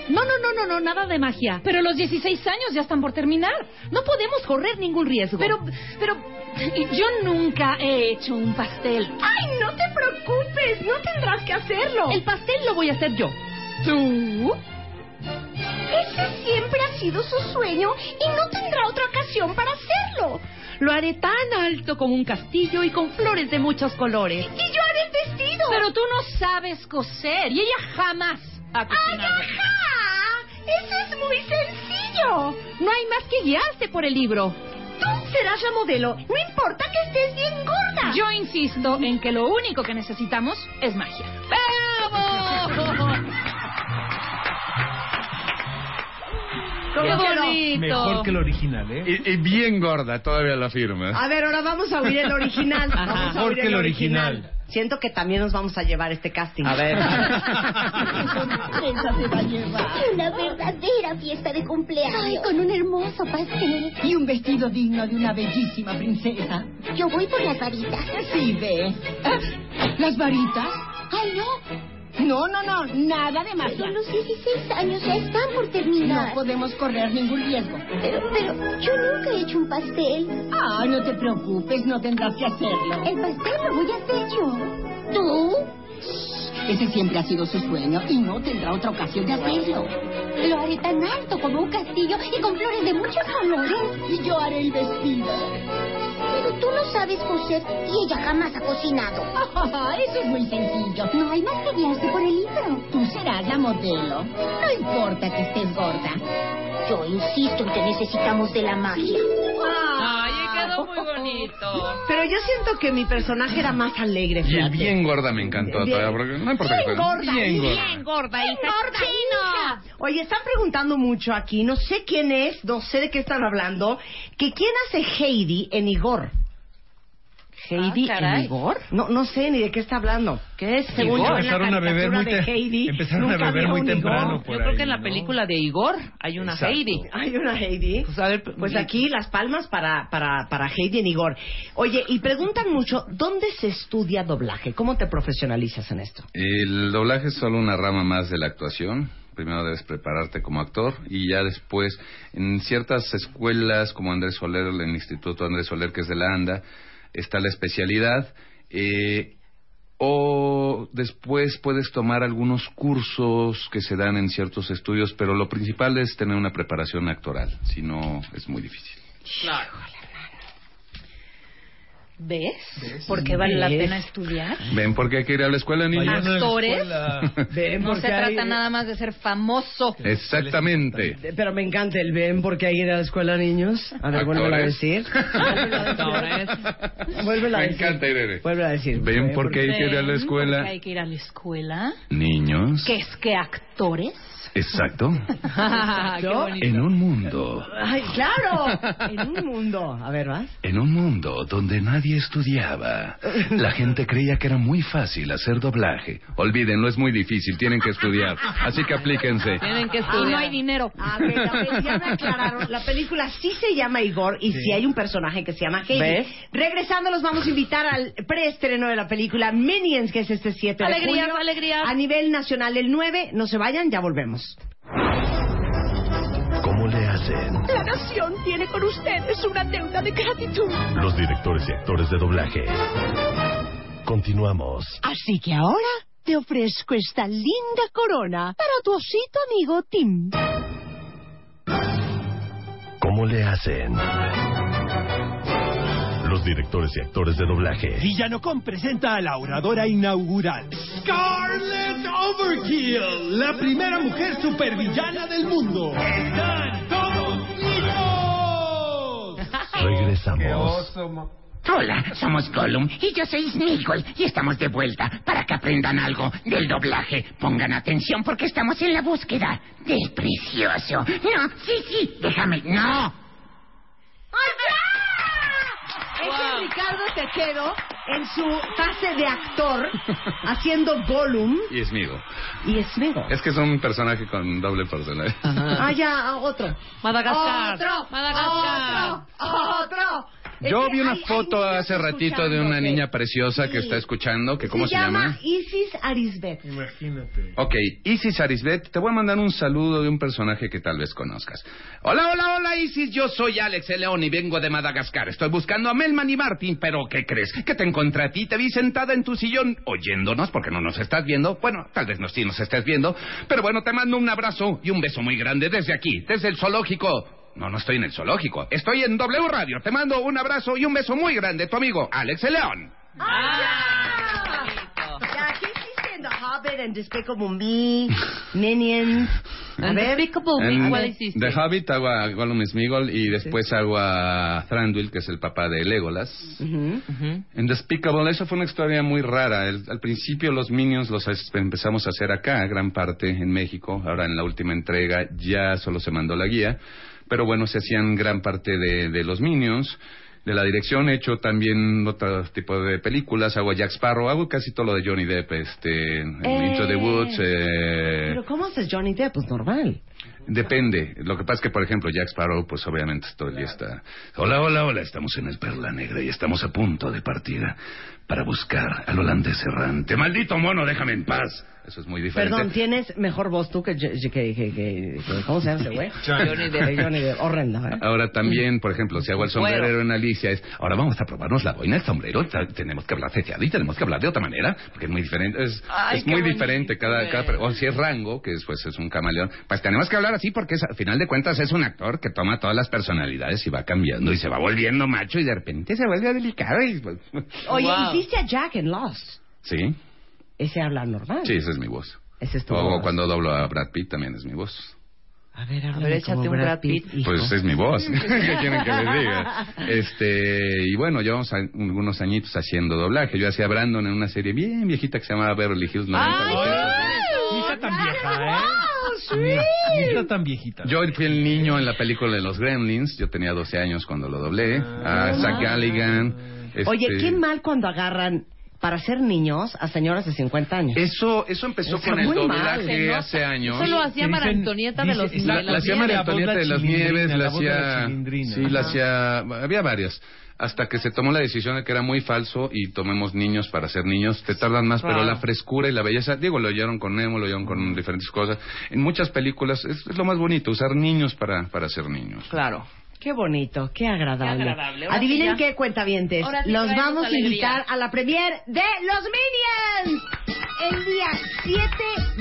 H: No, no, no, no, no, nada de magia. Pero los 16 años ya están por terminar. No podemos correr ningún riesgo. Pero, pero, yo nunca he hecho un pastel.
S: ¡Ay, no te preocupes! ¡No tendrás que hacerlo!
H: El pastel lo voy a hacer yo. ¿Tú?
S: Ese siempre ha sido su sueño y no tendrá otra ocasión para hacerlo.
H: Lo haré tan alto como un castillo y con flores de muchos colores.
S: Y yo haré el vestido.
H: Pero tú no sabes coser y ella jamás ha
S: ¡Ay,
H: cocinado.
S: ajá! ¡Eso es muy sencillo!
H: No hay más que guiarse por el libro.
S: Tú serás la modelo. No importa que estés bien gorda.
H: Yo insisto en que lo único que necesitamos es magia. ¡Vamos!
D: ¿Cómo que no?
J: Mejor que el original, ¿eh?
I: Y, y bien gorda, todavía la firma.
D: A ver, ahora vamos a oír el original.
I: Ajá.
D: Vamos a
I: Mejor
D: oír
I: que el original.
D: Siento que también nos vamos a llevar este casting. A
I: ver.
S: Esa se va a llevar.
V: Una verdadera fiesta de cumpleaños. Ay, con un hermoso pastel. Y un vestido digno de una bellísima princesa. Yo voy por las varitas.
K: Sí, ve. Ah, ¿Las varitas? ¡Ay, no! No, no, no, nada de magia.
V: Pero los 16 años ya están por terminar.
K: No podemos correr ningún riesgo.
V: Pero, pero, yo nunca he hecho un pastel.
K: Ah, no te preocupes, no tendrás que hacerlo.
V: El pastel lo voy a hacer yo. ¿Tú?
K: Ese siempre ha sido su sueño y no tendrá otra ocasión de hacerlo.
V: Lo haré tan alto como un castillo y con flores de muchos colores.
K: Y yo haré el vestido.
V: Pero tú no sabes coser y ella jamás ha cocinado.
K: Eso es muy sencillo.
V: No hay más que guiarse por el libro.
K: Tú serás la modelo. No importa que estés gorda.
V: Yo insisto en que necesitamos de la magia.
Q: Ay, quedó muy bonito.
D: Pero yo siento que mi personaje era más alegre.
I: Y el
D: fíjate.
I: bien gorda me encantó
D: Bien.
I: todavía, porque no importa que
D: Bien
I: fuera.
D: gorda,
I: Bien gorda.
D: bien
Q: gorda,
D: Bien
Q: hija,
D: gorda,
Q: chino.
D: hija. Oye, están preguntando mucho aquí, no sé quién es, no sé de qué están hablando, que quién hace Heidi en Igor.
Q: Heidi Ah, caray. en Igor?
D: No, no sé ni de qué está hablando. ¿Qué es? Según yo, en la
J: Empezaron a beber muy,
D: caricatura de
J: te-
D: Heidi,
J: empezaron a
D: nunca
J: beber
D: había
J: muy
D: un Igor.
J: temprano. Por
Q: Yo creo
J: ahí,
Q: que en la
J: ¿no?
Q: película de Igor hay una
J: Exacto.
Q: Heidi.
D: Hay una Heidi. Pues,
Q: a ver,
D: aquí las palmas para, para, para Heidi en Igor. Oye, y preguntan mucho, ¿dónde se estudia doblaje? ¿Cómo te profesionalizas en esto?
I: El doblaje es solo una rama más de la actuación. Primero debes prepararte como actor y ya después en ciertas escuelas como Andrés Soler, el Instituto Andrés Soler que es de la ANDA, está la especialidad. eh, o después puedes tomar algunos cursos que se dan en ciertos estudios, pero lo principal es tener una preparación actoral, si no es muy difícil.
H: ¿Ves? ¿Por qué vale la
I: ¿Ves?
H: pena estudiar?
I: ¿Ven por qué hay que ir a la escuela, niños?
H: Vayan a la Actores. escuela. No se
D: porque hay-
H: trata nada más de ser famoso.
I: Exactamente.
D: Pero me encanta el Ben porque hay que ir a la escuela, niños. A ver, vuelve a
I: Actores.
D: decir. Vuélvela a
I: Me
D: decir.
I: encanta, Irene.
D: Vuelve a decir.
I: ¿Ven por qué hay que ir a la
H: Ven,
I: escuela?
H: porque Hay que ir a la escuela.
I: Niños.
H: ¿Qué es que actores?
I: Exacto.
H: Qué bonito.
I: En un mundo,
D: ¡Ay, claro! En un mundo. A ver, ¿vas?
O: En un mundo donde nadie estudiaba,
I: la gente creía que era muy fácil hacer doblaje. Olvídenlo, es muy difícil, tienen que estudiar. Así que aplíquense.
Q: Tienen que
H: Y no hay
Q: estudiar.
H: dinero.
D: A ver, a ver, ya me aclararon. La película sí se llama Igor y sí, hay un personaje que se llama Heidi.
Q: ¿Ves?
D: Regresando, los vamos a invitar al preestreno de la película Minions, que es este 7 de
Q: Alegrías,
D: julio.
Q: alegrías.
D: A nivel nacional, el 9. No se vayan, ya volvemos.
N: ¿Cómo le hacen
K: La nación tiene con ustedes una deuda de gratitud.
N: los directores y actores de doblaje? Continuamos.
K: Así que ahora te ofrezco esta linda corona para tu osito amigo Tim.
N: ¿Cómo le hacen los directores y actores de doblaje?
P: Villanocom presenta a la oradora inaugural. Scarlett Overkill, la primera mujer supervillana del mundo. ¡Están todos listos!
N: Regresamos.
C: Hola, somos Gollum y yo soy Smeagol y estamos de vuelta para que aprendan algo del doblaje. Pongan atención porque estamos en la búsqueda del precioso. No, sí, sí, déjame, no.
D: Ese es Ricardo Tejedo en su fase de actor haciendo Gollum
I: Y es mío.
D: y Smego.
I: Es que es un personaje con doble personaje.
D: Ah, ya, ah, otro.
Q: Madagascar.
D: Otro,
Q: Madagascar.
D: Otro, otro.
I: Yo vi una foto hace ratito de una niña preciosa que
D: Sí.
I: está escuchando, que ¿cómo se,
D: llama Isis Arisbet.
J: Imagínate.
I: Ok, Isis Arisbet, te voy a mandar un saludo de un personaje que tal vez conozcas. Hola, hola, hola Isis, yo soy Alex León y vengo de Madagascar. Estoy buscando a Melman y Martin, pero ¿qué crees? Que te encontré a ti, te vi sentada en tu sillón oyéndonos porque no nos estás viendo. Bueno, tal vez no sí nos estés viendo, pero bueno, te mando un abrazo y un beso muy grande desde aquí, desde el zoológico. No, no estoy en el zoológico, estoy en W Radio. Te mando un abrazo y un beso muy grande, tu amigo Alex León.
Q: Ah,
D: Ya, ¿qué hiciste en The Hobbit and Despicable Me, Minions?
Q: Despicable Me,
I: En
Q: ¿cuál hiciste?
I: The Hobbit hago a Gollum Smeagol y después hago a Thranduil, que es el papá de Legolas. En Despicable, eso fue una historia muy rara. El- al principio los Minions los es- empezamos a hacer acá, gran parte en México. Ahora en la última entrega ya solo se mandó la guía. Pero bueno, se hacían gran parte de, de los Minions. De la dirección he hecho también otro tipo de películas. Hago a Jack Sparrow, hago casi todo lo de Johnny Depp, este,
D: Eh.
I: Into the Woods. Eh,
D: Pero ¿cómo haces Johnny Depp? Pues normal.
I: Depende. Lo que pasa es que, por ejemplo, Jack Sparrow, pues obviamente todo el día está... Hola, hola, hola, estamos en el Perla Negra y estamos a punto de partida para buscar al holandés errante. ¡Maldito mono, déjame en paz! Eso es muy diferente.
D: Perdón, tienes mejor voz tú que... que, que, que- que- ¿Cómo se llama ese güey?
I: Johnny Depp.
D: Que Johnny Depp. Horrendo, ¿eh?
I: Ahora también, por ejemplo, si hago el
D: Bueno.
I: sombrero en Alicia, es... Ahora vamos a probarnos la boina, el sombrero, ta- tenemos que hablar ceteado y tenemos que hablar de otra manera, porque es muy diferente. Es,
A: Ay,
I: es
A: qué
I: muy
A: bonito,
I: diferente cada... cada per- o si es Rango, que después es un camaleón, pues tenemos que hablar así porque es- al final de cuentas es un actor que toma todas las personalidades y va cambiando y se va volviendo macho y de repente se vuelve delicado y... pues,
D: Oye,
I: Wow.
D: hiciste a Jack en Lost.
I: Sí,
D: Ese habla normal.
I: sí, Oh, esa es mi voz.
D: Ese es tu
I: o
D: voz.
I: cuando doblo a Brad Pitt también es mi voz.
D: A ver, háblame
Q: ver, échate
D: como
Q: un Brad
D: hijo.
I: Pues es mi voz. ¿Qué quieren que les diga? Este, y bueno, llevamos a- algunos añitos haciendo doblaje. Yo hacía a Brandon en una serie bien viejita que se llamaba Beverly Hills 90.
P: Ni está tan vieja, ¿eh? Ni está tan viejita.
I: Yo fui el niño en la película de los Gremlins. Yo tenía 12 años cuando lo doblé. A Zach Galligan. este,
D: Oye, qué mal cuando agarran para ser niños a señoras de 50 años.
I: Eso, eso empezó con el doblaje hace años.
Q: Eso lo hacía María Antonieta de los
I: La, la hacía María Antonieta de las Nieves, la hacía... Sí, la
Q: Ajá.
I: hacía... Había varias. Hasta que se tomó la decisión de que era muy falso y tomemos niños para ser niños. Te tardan más, pero
Q: Claro.
I: la frescura y la belleza... Digo, lo oyeron con Nemo, lo oyeron con diferentes cosas. En muchas películas es, es lo más bonito, usar niños para, para ser niños.
D: Claro. Qué bonito, qué agradable.
I: Qué agradable.
Q: Ahora sí ya.
D: Adivinen qué cuentavientes.
Q: Ahora sí
D: Los
Q: traemos
D: vamos a
Q: alegría.
D: invitar a la premier de Los Minions el día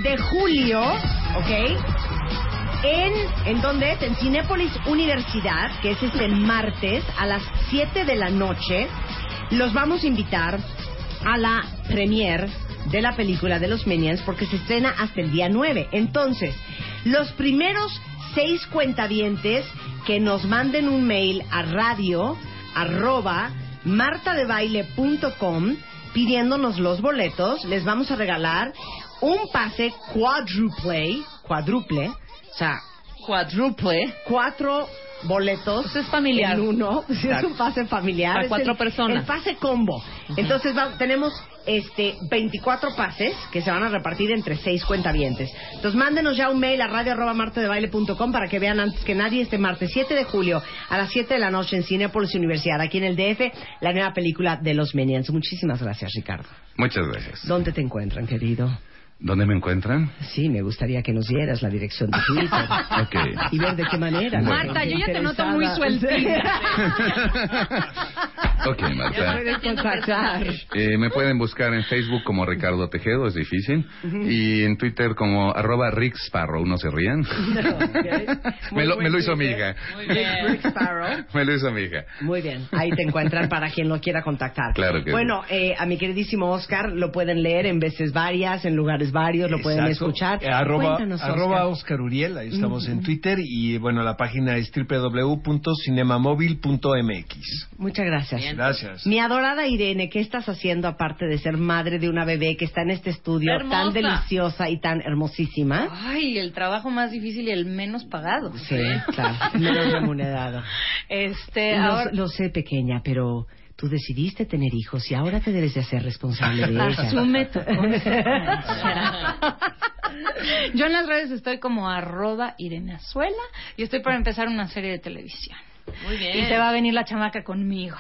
D: 7 de julio, ¿ok? En, ¿En dónde es? En Cinépolis Universidad, que es este martes a las 7 de la noche. Los vamos a invitar a la premier de la película de los Minions porque se estrena hasta el día 9. Entonces, los primeros seis cuentavientes que nos manden un mail a radio arroba martadebaile.com pidiéndonos los boletos, les vamos a regalar un pase cuádruple, cuádruple, o sea, cuádruple, cuatro boletos es
Q: familiar.
D: en uno, sí, es un pase familiar,
Q: Para
D: es
Q: cuatro
D: el-
Q: personas.
D: el pase combo. Entonces va- tenemos este 24 pases que se van a repartir entre seis cuentavientes. Entonces mándenos ya un mail a radio arroba martadebaile.com para que vean antes que nadie este martes 7 de julio a las 7 de la noche en Cinepolis Universidad, aquí en el DF, la nueva película de los Minions. Muchísimas gracias, Ricardo.
I: Muchas gracias.
D: ¿Dónde te encuentran, querido?
I: ¿Dónde me encuentran?
D: Sí, me gustaría que nos dieras la dirección de Twitter
I: Ok.
D: y ver de qué manera. la
H: Marta,
D: gente
H: yo ya te noto
D: interesada-
H: muy sueltita.
I: Ok, Marta.
D: Puedes contactar.
I: Eh, me pueden buscar en Facebook como Ricardo Tejedo, es difícil.
D: Ujú.
I: Y en Twitter como arroba Rick Sparrow, no se rían. me, lo, me lo hizo mi hija.
D: Rick Sparrow.
I: Me lo hizo mi hija.
D: Muy bien, ahí te encuentran para quien lo quiera contactar.
I: Claro que
D: Bueno, eh, a mi queridísimo Oscar lo pueden leer en veces varias, en lugares varios, lo pueden
J: Exacto.
D: escuchar.
J: Eh, Arroba,
D: Cuéntanos, Oscar.
J: arroba Oscar Uriel, ahí estamos en
D: Ujú.
J: Twitter y bueno, la página es www.cinemamóvil.mx.
D: Muchas gracias.
J: Gracias.
D: Mi adorada Irene, ¿qué estás haciendo aparte de ser madre de una bebé que está en este estudio
H: Hermosa.
D: tan deliciosa y tan hermosísima?
H: Ay, el trabajo más difícil y el menos pagado.
D: ¿Ah? Sí, claro, menos remunerado.
H: Este,
D: Eh, Lo-
H: ahora...
D: lo, sé, pequeña, pero tú decidiste tener hijos y ahora te debes de hacer responsable de ellas.
H: Asume tu consecuencia. Yo en las redes estoy como arroba Irene Azuela y estoy para empezar una serie de televisión.
Q: Muy
H: Y se va a venir la chamaca conmigo.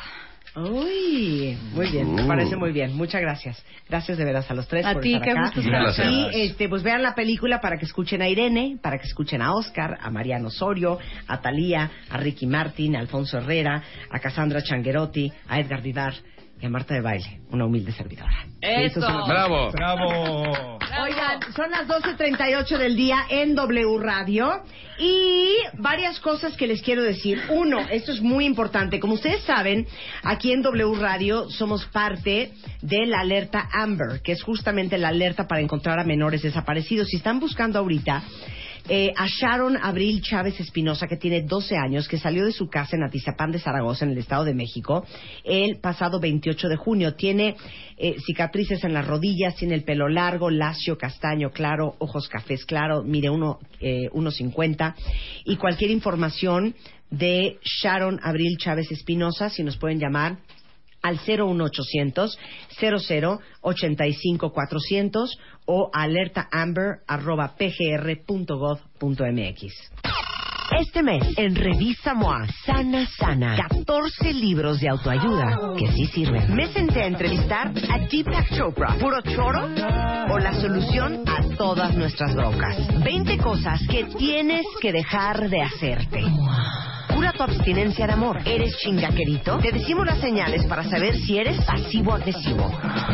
D: Uy, muy bien, me parece muy bien. Muchas gracias. Gracias de veras a los tres
H: A
D: por
H: ti,
D: estar
H: qué
D: acá.
H: gusto estar Gracias. acá.
D: Y este, pues vean la película para que escuchen a Irene, para que escuchen a Oscar, a Mariano Osorio, a Talía, a Ricky Martin, a Alfonso Herrera, a Cassandra Changuerotti, a Edgar Vivar y a Marta de Baile, una humilde servidora.
P: Eso.
I: Bravo.
J: Bravo.
D: Oigan, son las 12.38 del día en W Radio y varias cosas que les quiero decir. Uno, esto es muy importante. Como ustedes saben, aquí en W Radio somos parte de la alerta Amber, que es justamente la alerta para encontrar a menores desaparecidos. Si están buscando ahorita, eh, a Sharon Abril Chávez Espinosa, que tiene 12 años, que salió de su casa en Atizapán de Zaragoza, en el Estado de México, el pasado 28 de junio. Tiene eh, cicatrices en las rodillas, tiene el pelo largo, lacio, castaño, claro, ojos cafés, claro, mire, uno, eh, 1.50. Y cualquier información de Sharon Abril Chávez Espinosa, si nos pueden llamar al 01800 00 85 400 o alerta amber arroba pgr.gov.mx. Este mes, en Revista MOA, Sana Sana, 14 libros de autoayuda que sí sirven. Me senté a entrevistar a Deepak Chopra, puro choro o la solución a todas nuestras broncas. 20 cosas que tienes que dejar de hacerte. Cura tu abstinencia de amor. ¿Eres chingaquerito? Te decimos las señales para saber si eres pasivo-agresivo.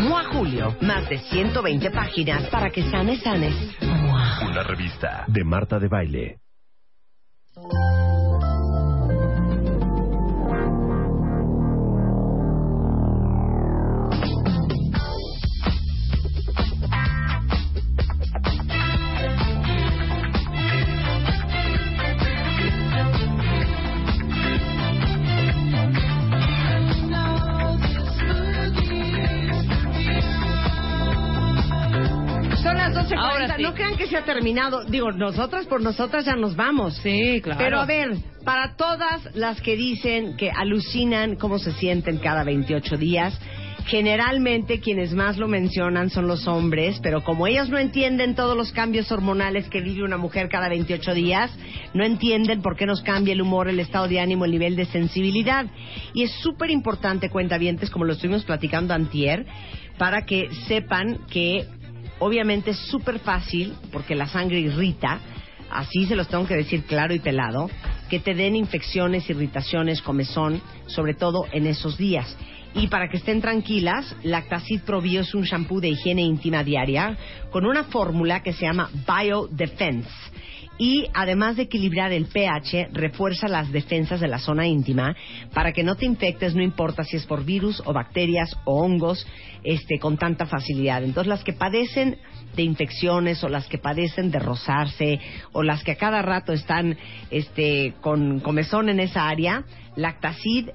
D: MOA Julio, más de 120 páginas para que sanes, sanes.
N: Una revista de Marta de Baile.
D: Son las 12.40.
Q: Ahora sí.
D: No crean que se ha terminado. Digo, nosotras por nosotras ya nos vamos. Sí,
Q: claro.
D: Pero a ver, para todas las que dicen que alucinan cómo se sienten cada 28 días, generalmente quienes más lo mencionan son los hombres, pero como ellas no entienden todos los cambios hormonales que vive una mujer cada 28 días, no entienden por qué nos cambia el humor, el estado de ánimo, el nivel de sensibilidad. Y es súper importante, cuentavientes, como lo estuvimos platicando antier, para que sepan que Obviamente es súper fácil, porque la sangre irrita, así se los tengo que decir claro y pelado, que te den infecciones, irritaciones, comezón, sobre todo en esos días. Y para que estén tranquilas, Lactacid Probio es un shampoo de higiene íntima diaria con una fórmula que se llama Biodefense y además de equilibrar el pH, refuerza las defensas de la zona íntima para que no te infectes, no importa si es por virus o bacterias o hongos, este, con tanta facilidad. Entonces, las que padecen de infecciones o las que padecen de rozarse o las que a cada rato están este, con comezón en esa área, Lactacid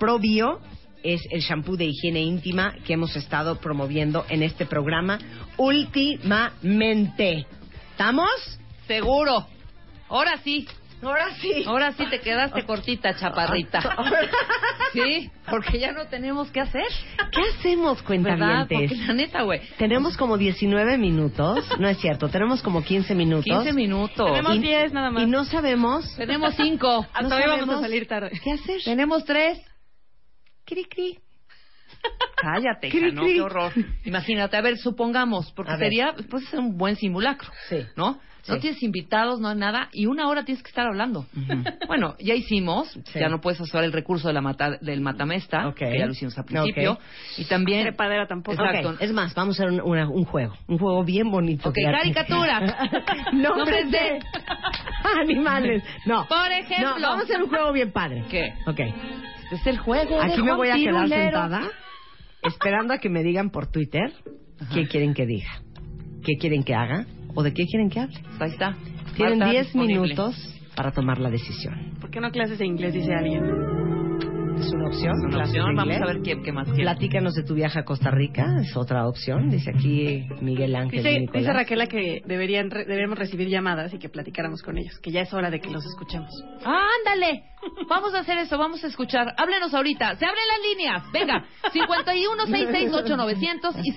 D: Probio es el shampoo de higiene íntima que hemos estado promoviendo en este programa últimamente. ¿Estamos?
Q: Seguro. Ahora sí.
D: Ahora sí.
Q: Ahora sí te quedaste cortita, chaparrita. Sí, porque ya no tenemos qué hacer.
D: ¿Qué hacemos,
Q: ¿Verdad?
D: cuentavientes?
Q: Porque la neta, güey.
D: Tenemos como 19 minutos, no es cierto, tenemos como 15 minutos.
Q: 15 minutos. Tenemos 10 nada más.
D: Y no sabemos.
Q: Tenemos cinco.
D: No
Q: Hasta hoy vamos a
D: sabemos
Q: salir tarde.
D: ¿Qué hacer?
Q: Tenemos tres.
D: Cri, cri.
Q: Cállate,
D: Cri,
Q: ¿no?
D: cri.
Q: Qué horror. Imagínate, a ver, supongamos, porque
D: A ver.
Q: sería, pues es un buen simulacro, ¿no? No
D: Sí.
Q: tienes invitados, no hay nada, y una hora tienes que estar hablando. Bueno, ya hicimos, ya no puedes usar el recurso de la mata- del matamesta, que ya lo hicimos al principio,
D: Ok.
Q: y también...
D: Trepadera tampoco.
Q: Exacto.
D: Ok, Es más, vamos a hacer un, una- un juego, un juego bien bonito.
Q: Ok,
D: fíjate.
Q: caricatura.
D: Nombres de animales. No.
Q: Por ejemplo.
D: No, vamos a em- hacer un juego bien padre.
Q: ¿Qué?
D: Ok.
Q: Es el juego de
D: Aquí me
Q: Juan
D: voy a quedar
Q: Pirulero.
D: sentada esperando a que me digan por Twitter qué quieren que diga, qué quieren que haga o de qué quieren que hable.
Q: Ahí está.
D: Tienen
Q: Marta
D: 10
Q: disponible.
D: minutos para tomar la decisión.
A: ¿Por qué no clases de inglés, dice alguien?
D: Es una opción.
Q: Es una
D: clases de
Q: opción, vamos
D: inglés.
Q: a ver qué, qué más quiere.
D: Platícanos de tu viaje a Costa Rica, es otra opción, dice aquí Miguel Ángel.
A: Dice,
D: Nicolás.
A: dice Raquela que deberían re- debemos recibir llamadas y que platicáramos con ellos, que ya es hora de que los escuchemos.
Q: Ah, ándale. Vamos a hacer eso, vamos a escuchar. Háblenos ahorita. Se abren las líneas. Venga, 51668900 y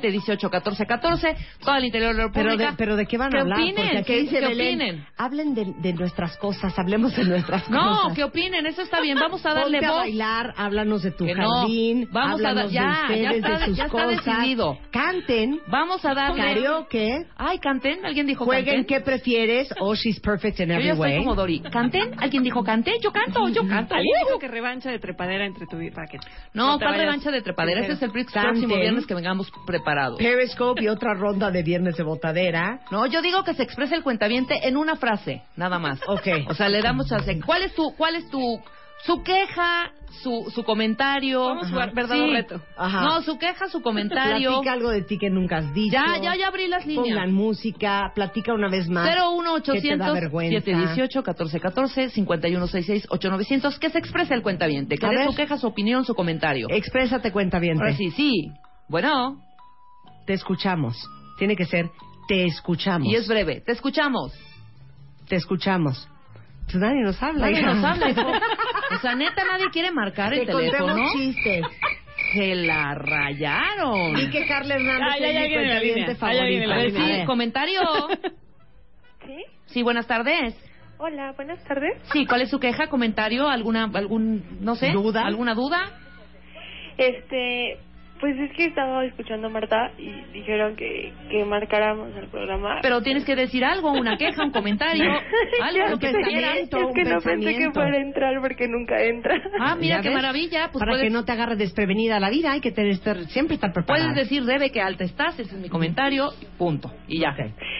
Q: 01807181414. Todo el interior de la
D: Pero de,
Q: República.
D: pero de qué van a hablar?
Q: opinen?
D: Porque aquí
Q: ¿Qué,
D: dice
Q: qué
D: Belén,
Q: opinen?
D: Hablen de, de nuestras cosas, hablemos de nuestras
Q: No,
D: cosas.
Q: que opinen, eso está bien. Vamos a darle
D: Ponte a
Q: voz.
D: bailar, háblanos de tu
Q: Que no.
D: jardín,
Q: Vamos a
D: háblanos
Q: dar- ya,
D: de
Q: ya
D: ustedes,
Q: está-
D: de sus
Q: ya está
D: cosas.
Q: decidido.
D: Canten,
Q: Vamos a darle.
D: karaoke,
Q: Ay, canten, alguien dijo
D: jueguen
Q: canten.
D: qué prefieres o She's Perfect in
Q: Yo
D: Every
Q: ya soy
D: Way.
Q: como Dori. ¿Canten? ¿Alguien dijo canten? Yo canto, yo canto.
A: Alguien
D: Uh,
A: dijo que revancha de trepadera entre tu para que
Q: No,
A: te
Q: ¿cuál
A: vayas
Q: revancha de trepadera? Ese es el próximo
D: Canten.
Q: viernes que vengamos preparados.
D: Periscope y otra ronda de viernes de botadera.
Q: No, yo digo que se exprese el cuentaviente en una frase, nada más.
D: Ok.
Q: O sea, le damos chance. ¿Cuál es tu, cuál es tu su queja, su, su comentario.
A: Vamos a jugar
Q: Ajá.
A: verdad o
Q: Sí.
A: reto.
D: Ajá.
Q: No, su queja, su comentario.
D: Platica algo de ti que nunca has dicho.
Q: Ya, ya, ya abrí las líneas.
D: Pongan música, platica una vez más. que te da
Q: 01800
D: vergüenza.
Q: 718 1414 5166 8900 que se exprese el cuentaviente, que
D: A
Q: dé
D: ver.
Q: su queja, su opinión, su comentario.
D: Exprésate, cuenta bien.
Q: Ahora sí, sí. Bueno,
D: Te escuchamos. Tiene que ser te escuchamos.
Q: y es breve. Te escuchamos.
D: Te escuchamos. Pues nadie nos habla.
Q: Nadie
D: hija.
Q: nos habla, hijo. O sea, neta, nadie quiere marcar el
D: Te contamos
Q: teléfono.
D: chistes.
Q: Se la rayaron.
D: Y que Carla Hernández
Q: Ay, ay,
D: es mi
Q: ay, viene la
D: cuentaviente
Q: línea.
D: favorita.
Q: Ay, ay, viene la
D: A ver,
Q: línea.
D: sí,
Q: A ver. comentario.
E: ¿Sí?
Q: Sí, buenas tardes.
E: Hola, buenas tardes.
Q: Sí, ¿cuál es su queja, comentario, alguna, algún, no sé,
E: ¿Duda?
Q: alguna duda?
E: Este, pues es que estaba escuchando a Marta y dijeron que, que marcáramos el programa.
Q: Pero tienes que decir algo, una queja, un comentario, algo,
E: Ya
Q: lo que
E: sé,
Q: te
E: Es que no pensé que fuera a entrar porque nunca entra.
Q: Ah, mira
D: ¿Ya
Q: qué
D: ves?
Q: maravilla. Pues
D: Para
Q: puedes,
D: que no te agarres desprevenida la vida, hay que tener, estar- siempre estar preparada.
Q: puedes decir, Rebe, que alta estás, ese es mi comentario, punto. Y ya.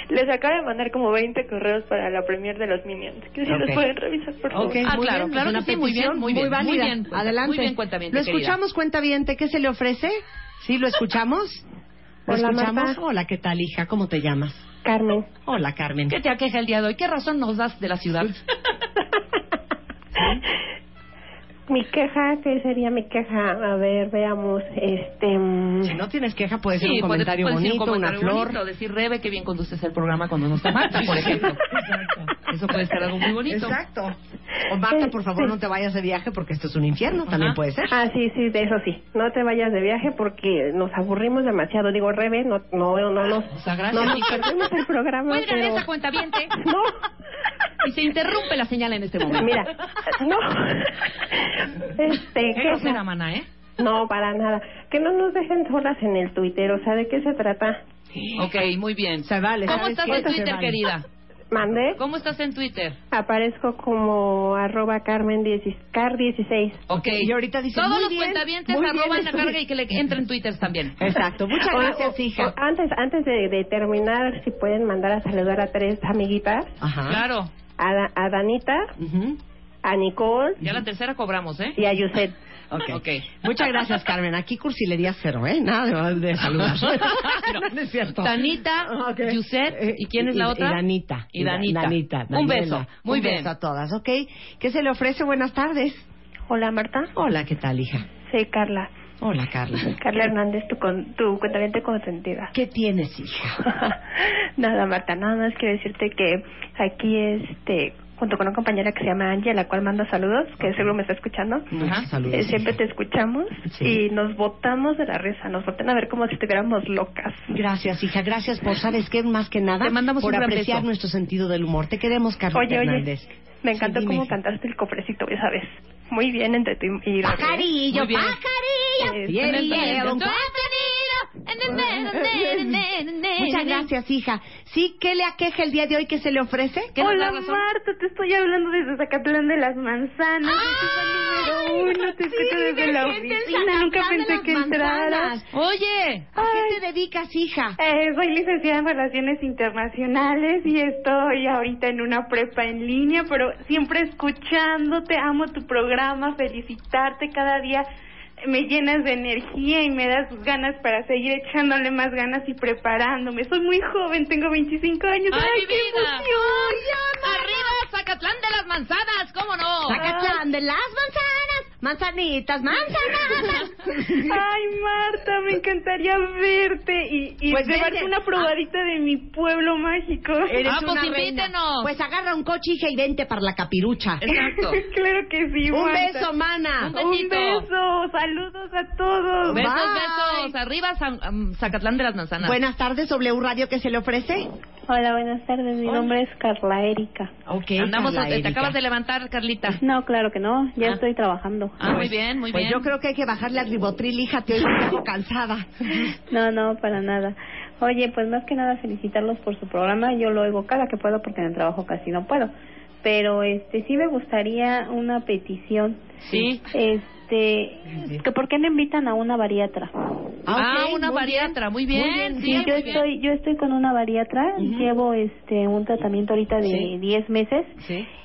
E: Les acabo de mandar como 20 correos para la premier de los Minions. Que si
Q: Ok.
E: los pueden revisar, por favor.
Q: Ah, claro, claro que sí, muy bien, muy bien.
D: pues, muy válida.
Q: bien, cuenta-
D: Adelante.
Q: Muy bien, cuentaviente,
D: ¿Lo
Q: querida.
D: escuchamos, cuentaviente? ¿Qué se le ofrece? ¿Sí, lo escuchamos? ¿Lo
Q: Hola,
D: escuchamos?
Q: Marta.
D: Hola, ¿qué tal, hija? ¿Cómo te llamas?
E: Carmen.
D: Hola, Carmen.
Q: ¿Qué te aqueja el día de hoy? ¿Qué razón nos das de la ciudad?
E: Mi queja, ¿qué sería mi queja? A ver, veamos. Este.
D: Si no tienes queja, puede ser
Q: Sí,
D: un
Q: puedes-
D: comentario
Q: puedes decir
D: bonito,
Q: un comentario
D: una flor.
Q: bonito, decir, Rebe, que bien conduces el programa cuando no está Marta, por ejemplo. Eso puede ser algo muy bonito.
D: Exacto. O Marta, por favor, no te vayas de viaje porque esto es un infierno, también puede ser.
E: Ah, sí, sí, de eso sí. No te vayas de viaje porque nos aburrimos demasiado. Digo, Rebe, no, no, no, no. no
Q: Ah, pues, gracias,
E: nos
Q: hija.
E: perdemos el programa.
Q: Cuelgan
E: pero-
Q: esa cuenta ¿eh?
E: No.
Q: Y se interrumpe la señal en este momento.
E: Mira, no. Este,
Q: Qué
E: queja.
Q: grosera, mana, ¿eh?
E: No, para nada. Que no nos dejen solas en el Twitter. O sea, ¿de qué se trata?
Q: Ok, muy bien. ¿Cómo
E: ¿sabes
Q: estás
E: qué? Se
Q: en Twitter,
E: vale.
Q: querida?
E: ¿Mande?
Q: ¿Cómo estás en Twitter?
E: Aparezco como arroba carmen 16 car 16.
Q: Ok.
E: Y ahorita dice,
Q: Todos
E: muy
Q: los
E: bien,
Q: cuentavientes
E: muy bien,
Q: arroban la
E: estoy-
Q: carga y que le entren Twitter también.
E: O- o- o- Antes, antes de, de terminar, si pueden mandar a saludar a tres amiguitas.
Q: Claro.
E: A, Da- a Danita, a Nicole
Q: Ya la tercera cobramos, ¿eh?
E: y a Yuset.
D: Ok.
Q: Ok.
D: Muchas gracias, Carmen. Aquí cursilería cero, ¿eh? Nada de, de saludar. no, no es cierto. Ah, Eh,
Q: Tanita, Yuset, ¿y quién es la
D: Y-
Q: otra?
D: Y Danita.
Q: Y Danita.
D: Danita,
Q: Un
D: Daniela.
Q: beso. Muy
D: Un
Q: bien.
D: beso a todas, ¿ok? ¿Qué se le ofrece? Buenas tardes.
E: Hola, Marta.
D: Hola, ¿qué tal, hija?
E: Soy Carla.
D: Hola, Carla.
E: Carla Hernández, tu, con, tu cuentamiento consentida.
D: ¿Qué tienes, hija?
E: nada, Marta, nada más quiero decirte que aquí, este, junto con una compañera que se llama Angie, a la cual mando saludos, que seguro me está escuchando.
D: Muchos saludos,
E: Eh, siempre te escuchamos
D: Sí.
E: y nos botamos de la risa, nos botan a ver como si estuviéramos locas.
D: Gracias, hija. Gracias por, ¿sabes qué? Más que nada,
E: Te mandamos
D: por
E: un gran
D: apreciar
E: beso.
D: nuestro sentido del humor. Te queremos, Carla
E: Oye,
D: Hernández.
E: oye, me encantó cómo cantaste el cofrecito, ya sabes. Muy bien entre tú y
S: Pajarillo,
E: Muy bien.
S: pajarillo.
E: Bien,
S: en el
E: bien,
S: cielo, un
E: bien.
S: pajarillo.
D: Muchas gracias, hija. Sí, ¿qué le aqueja el día de hoy? ¿Qué se le ofrece? ¿Qué nos da
S: Hola
D: razón?
S: Marta, te estoy hablando desde Zacatlán de las Manzanas. ¡Ay! Estoy número uno, te escucho Sí, desde vive la gente en oficina. Nunca Zacatlán de pensé las que entraras. Manzanas.
Q: Oye,
S: ¿a
D: qué te dedicas, hija?
S: Eh, soy licenciada en Relaciones Internacionales y estoy ahorita en una prepa en línea, pero siempre escuchándote, amo tu programa, felicitarte cada día. Me llenas de energía y me das ganas para seguir echándole más ganas y preparándome. Soy muy joven, tengo 25 años.
Q: ¡Ay, mi
S: qué
Q: vida!
S: emoción!
Q: ¡Arriba, Zacatlán de las manzanas! ¿Cómo no?
S: Zacatlán
D: de las manzanas, manzanitas, manzanas.
S: Ay, Marta, me encantaría verte y, y
D: Pues
S: llevarte
D: vete. Ah, pues
S: una probadita de mi pueblo mágico.
D: Eres
Q: Ah,
D: una reina. Pues agarra un coche, hija, y vente para la capirucha.
S: Exacto. claro que sí,
D: Un
S: Marta.
D: beso, mana.
S: Un,
Q: besito.
S: beso. Saludos a todos.
Q: Besos, besos. Arriba, San- am, Zacatlán de las manzanas.
D: Buenas tardes, W Radio, ¿qué se le ofrece?
S: Hola, buenas tardes. Mi nombre es Carla Erika.
D: Ok,
Q: Andamos,
D: Carla
Q: te, te
D: Erika.
Q: acabas de levantar, Carlita.
S: Pues No, claro que no. Ya
Q: Ah.
S: estoy trabajando.
Q: Ah, muy bien, muy
D: Pues
Q: bien.
D: yo creo que hay que bajarle al ribotril, hija, te oigo un poco cansada.
S: No, no, para nada. Oye, pues más que nada felicitarlos por su programa. Yo lo oigo cada que puedo porque en el trabajo casi no puedo. Pero este sí me gustaría una petición.
Q: Sí.
S: Este,
E: este, que por qué no invitan a una bariatra.
Q: Ah, una bariatra, muy bien. sí,
E: yo
Q: muy bien.
E: estoy, yo estoy con una bariatra, llevo este un tratamiento ahorita de 10 meses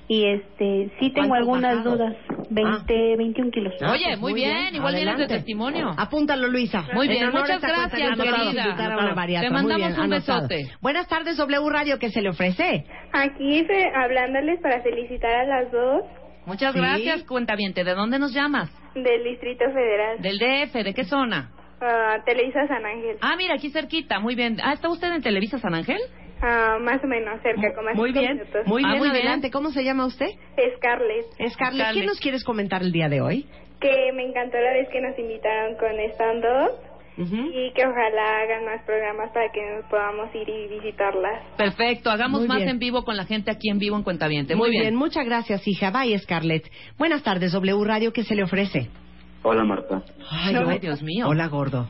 E: y este sí tengo
D: ¿Cuánto
E: algunas
D: bajado?
E: dudas, 20, 21 kilos.
Q: Ah. Oye, pues muy bien, igual vienes de testimonio.
D: Apúntalo, Luisa.
Q: Muy
D: En
Q: bien,
D: honor a
Q: muchas
D: esta cuenta,
Q: gracias,
D: anotado,
Q: querida.
D: invitar a una
Q: Anotado.
D: bariatra.
Q: Te
D: Muy
Q: mandamos
D: bien,
Q: un
D: anotado.
Q: besote.
D: Buenas tardes, W Radio, que se le ofrece?
S: Aquí fe- hablándoles para felicitar a las dos
Q: Muchas
S: Sí.
Q: gracias, cuentaviente. ¿De dónde nos llamas?
S: del Distrito Federal,
Q: Del DF, ¿de qué zona?
S: Ah, Televisa San Ángel,
Q: Ah, mira, aquí cerquita, muy bien. Ah, ¿está usted en Televisa San Ángel?
S: Ah, más o menos cerca, como a
Q: muy
S: cinco
Q: bien,
S: minutos.
Q: muy
D: Ah, muy adelante, ¿cómo se llama usted?
S: Scarlett.
D: Scarlett, ¿qué nos quieres comentar el día de hoy?
S: Que me encantó la vez que nos invitaron con Stand Up y que ojalá hagan más programas para que nos podamos ir y visitarlas.
Q: Perfecto, hagamos
D: Muy
Q: más
D: bien.
Q: en vivo con la gente aquí en vivo en Cuentaviente. Muy, bien.
D: muchas gracias, hija. Bye, Scarlett. Buenas tardes, W Radio, ¿qué se le ofrece?
F: Hola Marta.
D: Ay,
F: No.
D: Dios- Hola, gordo.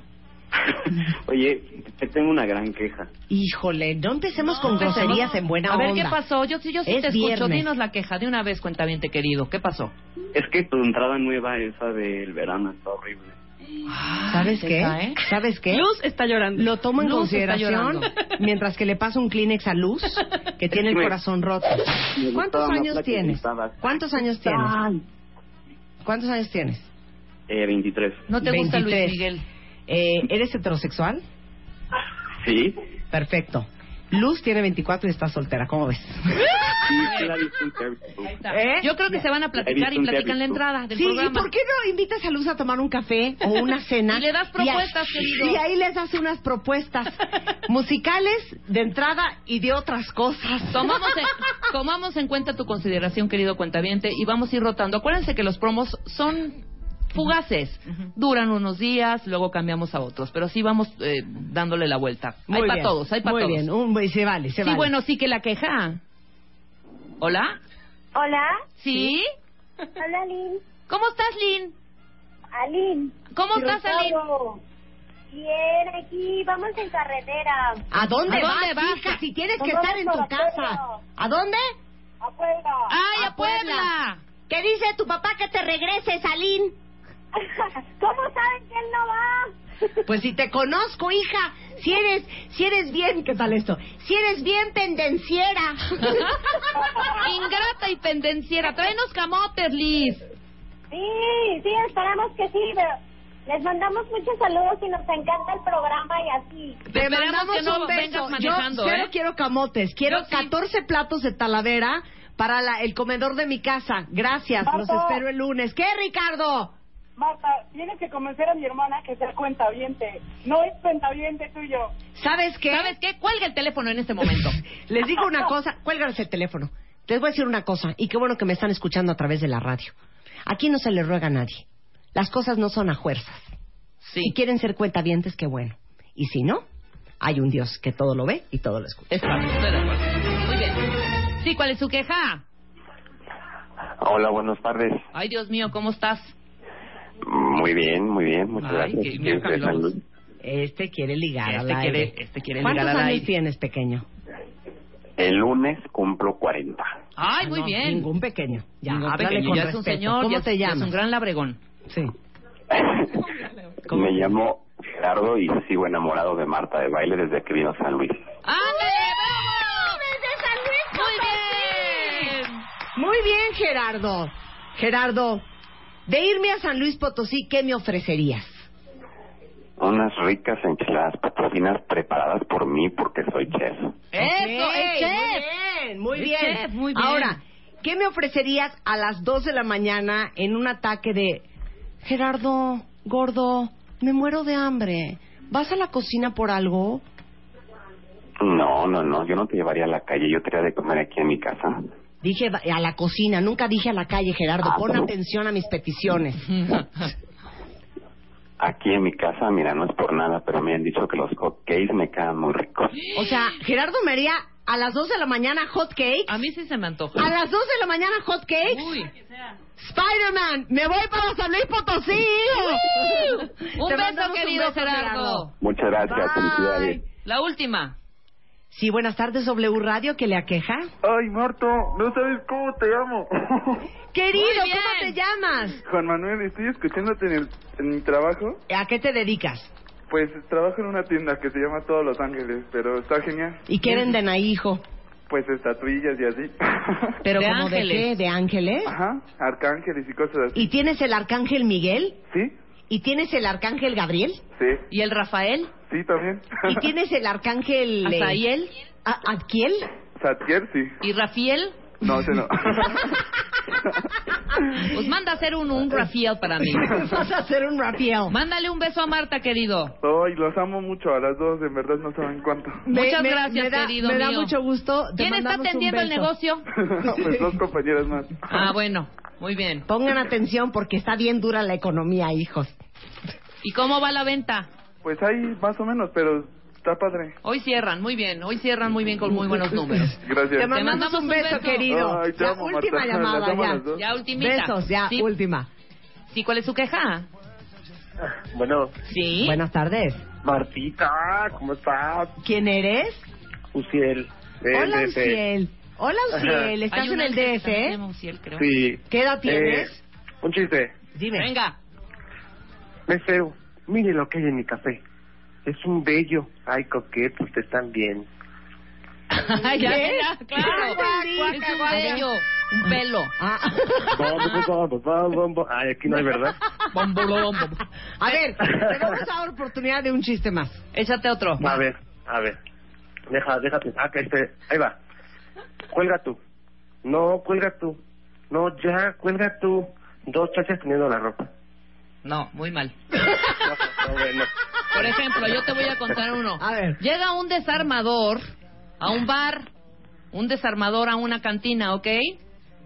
F: Oye, te tengo una gran queja.
D: Híjole, no empecemos con
Q: Empecemos.
D: groserías en buena
Q: A ver,
D: onda.
Q: ¿qué pasó? Yo, yo sí
D: Es
Q: te escucho.
D: viernes.
Q: Dinos la queja de una vez, Cuentaviente querido. ¿Qué pasó?
F: Es que tu entrada nueva, esa del verano, está horrible.
D: ¿Sabes
Q: Te
D: qué?
Q: cae.
D: ¿Sabes qué?
Q: Luz está llorando.
D: Lo tomo en
Q: Luz está
D: consideración
Q: llorando.
D: mientras que le paso un Kleenex a Luz, que tiene el
F: Me-
D: corazón roto.
F: me gustaba
D: ¿Cuántos
F: más
D: años
F: la que
D: tienes?
F: usabas.
D: ¿Cuántos años tienes? ¿Cuántos años tienes?
F: Eh, 23.
D: Miguel? Eh, ¿Eres heterosexual?
F: Sí.
D: Perfecto. Luz tiene 24 y está soltera, ¿cómo ves?
F: Sí, la disfruté.
D: ¿Eh?
Q: Yo creo que se van a
F: He
Q: platicar
F: visto
Q: y
F: un
Q: platican
F: diablito.
Q: la entrada del
D: sí,
Q: programa.
D: ¿y por qué no invitas a Luz a tomar un café o una cena?
Q: Y le das propuestas,
D: y, ahí-
Q: querido.
D: y ahí les das unas propuestas musicales de entrada y de otras cosas.
Q: Tomamos en, tomamos en cuenta tu consideración, querido cuentaviente, y vamos a ir rotando. Acuérdense que los promos son fugaces. Duran unos días, luego cambiamos a otros. Pero sí vamos eh, dándole la vuelta. hay
D: Muy
Q: para
D: bien,
Q: todos, hay para
D: Muy
Q: todos.
D: bien, un- se vale, se
Q: sí,
D: vale.
Q: bueno, sí que la queja. ¿Hola?
G: Hola.
Q: ¿Sí?
G: Hola, Lin.
Q: ¿Cómo estás, Lin?
G: Alin.
Q: ¿Cómo estás, Alin?
G: Bien, aquí vamos en carretera.
D: ¿A dónde, vas, hija, si tienes que
G: Nos
D: estar en
G: vamos
D: tu
G: a Puebla.
D: casa? ¿A dónde?
G: A Puebla.
Q: ¡Ay, a Puebla!
G: ¿Qué dice tu papá que te regreses, Alin? ¿Cómo saben que él no va?
D: Pues si te conozco, hija, si eres, si eres bien, ¿qué tal esto? Si eres bien pendenciera.
Q: Ingrata y pendenciera. Tráenos camotes, Liz.
G: Sí, sí, esperamos que sí, pero les mandamos muchos saludos y nos encanta el programa y así.
D: Te
Q: Esperemos
D: mandamos
Q: que no
D: un beso.
Q: vengas manejando,
D: Yo cero
Q: ¿eh?
D: quiero camotes, quiero
Q: Yo sí.
D: 14 platos de talavera para la- el comedor de mi casa. Gracias, los
Y: Marta.
D: espero el lunes. ¿Qué, Ricardo?
Y: Marta, tienes que convencer a mi hermana que sea cuentaviente. No es cuentaviente tuyo.
D: ¿Sabes qué?
Q: ¿Sabes qué? Cuelga el teléfono en este momento.
D: Les digo una cosa, cuélganos el teléfono. Les voy a decir una cosa, y qué bueno que me están escuchando a través de la radio. Aquí no se le ruega a nadie. Las cosas no son a fuerzas. Si quieren ser cuentavientes, qué bueno. Y si no, hay un Dios que todo lo ve y todo lo escucha.
Q: Muy bien. Sí, ¿cuál es su queja?
Z: Hola, buenas tardes.
Q: Ay, Dios mío, ¿cómo estás?
Z: Muy bien, muy bien, muchas
Q: Ay,
Z: gracias.
Q: que mira,
Z: Ustedes,
Q: Camilo.
Z: salud.
D: Este quiere ligar
Z: Este
D: al aire.
Z: quiere- este quiere
D: ¿Cuántos
Z: ligar al
D: años
Z: aire.
D: tienes, pequeño?
Z: El lunes cumplo 40.
Q: Ay, muy
D: Ah, No,
Q: bien.
D: Ningún pequeño. Ya,
Q: Ningún
D: háblale
Q: pequeño,
D: con
Q: ya es un
D: respeto.
Q: señor,
D: ¿Cómo
Q: ya es-
D: te
Q: ya es
D: llamas?
Q: un gran labregón.
D: Sí.
Z: Me llamo Gerardo y sigo enamorado de Marta de Baile desde que vino a San Luis.
Q: ¡Ándale,
G: bravo! ¡Desde San Luis Potosí!
D: Muy bien, Gerardo. Gerardo, de irme a San Luis Potosí, ¿qué me ofrecerías?
Z: Unas ricas enchiladas patrocinas preparadas por mí porque soy chef.
D: ¡Eso,
Q: el chef.
D: Muy bien, muy
Q: El
D: bien.
Q: chef, muy bien.
D: Ahora, ¿qué me ofrecerías a las 2 de la mañana en un ataque de... Gerardo, gordo, me muero de hambre. ¿Vas a la cocina por algo?
Z: No, no, no, yo no te llevaría a la calle, yo te haría de comer aquí en mi casa.
D: Dije va- a la cocina, nunca dije a la calle, Gerardo.
Z: Ah,
D: Pon
Z: perdón.
D: atención a mis peticiones.
Z: Aquí en mi casa, mira, no es por nada, pero me han dicho que los hotcakes me quedan muy ricos.
D: O sea, Gerardo me haría a las 2 de la mañana hot cakes.
Q: A mí sí se me antoja.
D: A las 2 de la mañana hot cakes. Spider-Man, me voy para San Luis Potosí. hijo.
Q: Un
D: Te
Q: beso,
D: mandamos un
Q: querido
D: beso,
Q: Gerardo.
Z: Muchas gracias,
Q: Bye.
Z: felicidades.
Q: La última.
D: Sí, buenas tardes, W Radio, que le aqueja.
B: Ay, Marta, no sabes cómo te amo.
D: Querido, ¿cómo te llamas?
B: Juan Manuel, estoy escuchándote en, el, en mi trabajo.
D: ¿A qué te dedicas?
B: Pues trabajo en una tienda que se llama Todos los Ángeles, pero está genial.
D: ¿Y qué venden ahí, hijo?
B: Pues estatuillas y así.
D: ¿Pero ¿De como de qué? ¿De ángeles?
B: Ajá, arcángeles y cosas así.
D: ¿Y tienes el arcángel Miguel?
B: ¿Sí?
D: ¿Y tienes el arcángel Gabriel?
B: Sí,
D: ¿Y el Rafael?
B: sí, también.
D: ¿Y tienes el arcángel... eh,
B: ¿Azael?
D: ¿A- ¿Adquiel?
B: Satyer, sí.
Q: ¿Y Rafael?
B: No, ese no.
Q: Pues manda a hacer un, un Rafael para mí.
D: Vas a hacer un Rafael.
Q: Mándale un beso a Marta, querido.
B: Ay, los amo mucho a las dos, en verdad no saben cuánto.
Q: Muchas
D: me-
Q: gracias,
D: me da-
Q: querido
D: me da
Q: mío.
D: mucho gusto. Te
Q: ¿Quién está
D: mandamos un
Q: atendiendo el
D: beso.
Q: negocio?
B: pues dos compañeras más.
Q: Ah, bueno, muy bien.
D: Pongan atención porque está bien dura la economía, hijos.
Q: ¿Y cómo va la venta?
B: Pues ahí más o menos, pero está padre.
Q: Hoy cierran, muy bien. Hoy cierran muy bien con muy buenos números.
B: Gracias.
D: Te mandamos, un beso, querido.
B: Ay, te
D: la
B: amo,
D: última
B: Marta. Las amo a
D: llamada
B: las
D: ya.
B: dos.
Q: Ya ultimita.
D: Besos, ya,
Q: Sí.
D: última.
Q: ¿Sí cuál es su queja?
L: Bueno.
Q: Sí.
D: Buenas tardes.
L: Martita, ¿cómo estás?
D: ¿Quién eres?
L: Uciel. eh,
D: Hola,
L: de- de-
D: Uciel. Hola, Uciel.
L: Ajá.
D: Estás
L: Hay
D: en
L: una
D: el
L: que también
D: DF.
L: se
D: ¿eh?
L: llama Sí.
D: ¿Qué edad tienes?
L: Eh, un chiste.
D: Dime.
Q: Venga.
L: Mesero, mire lo que hay en mi café. Es un bello. Ay, coqueto, usted también.
Q: Ay, ya,
D: ¿Qué?
Q: ya, claro.
D: Ay, guaca,
Q: Es un
D: guaca.
Q: bello, un pelo.
L: Vamos, vamos, vamos, vamos. Ay, aquí no hay verdad.
D: A ver, tenemos ahora oportunidad de un chiste más.
Q: Échate otro.
L: A ver, a ver. Deja, déjate. Ah, que este. Ahí va. Cuelga tú. No, cuelga tú. No, ya, cuelga tú. Dos chachas teniendo la ropa.
Q: No, muy mal.
L: No, bueno.
Q: Por ejemplo, yo te voy a contar uno.
L: A ver.
Q: Llega un desarmador a un bar, un desarmador a una cantina, ¿ok?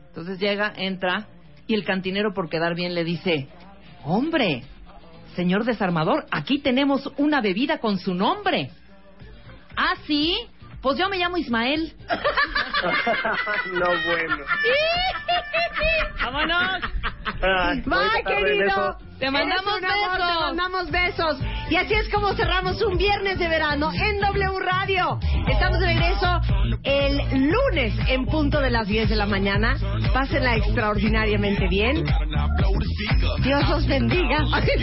Q: Entonces llega, entra, y el cantinero, por quedar bien, le dice: Hombre, señor desarmador, aquí tenemos una bebida con su nombre. Ah, sí. Pues yo me llamo Ismael.
L: no, bueno.
Q: ¡Vámonos!
L: Ay,
D: Bye,
L: ahorita
D: querido.
L: regreso.
Q: Te mandamos
D: Eres un amor,
Q: besos.
D: Te mandamos besos. Y así es como cerramos un viernes de verano en W Radio. Estamos de regreso el lunes en punto de las 10 de la mañana. Pásenla extraordinariamente bien. Dios los bendiga.
G: ¡Adiós!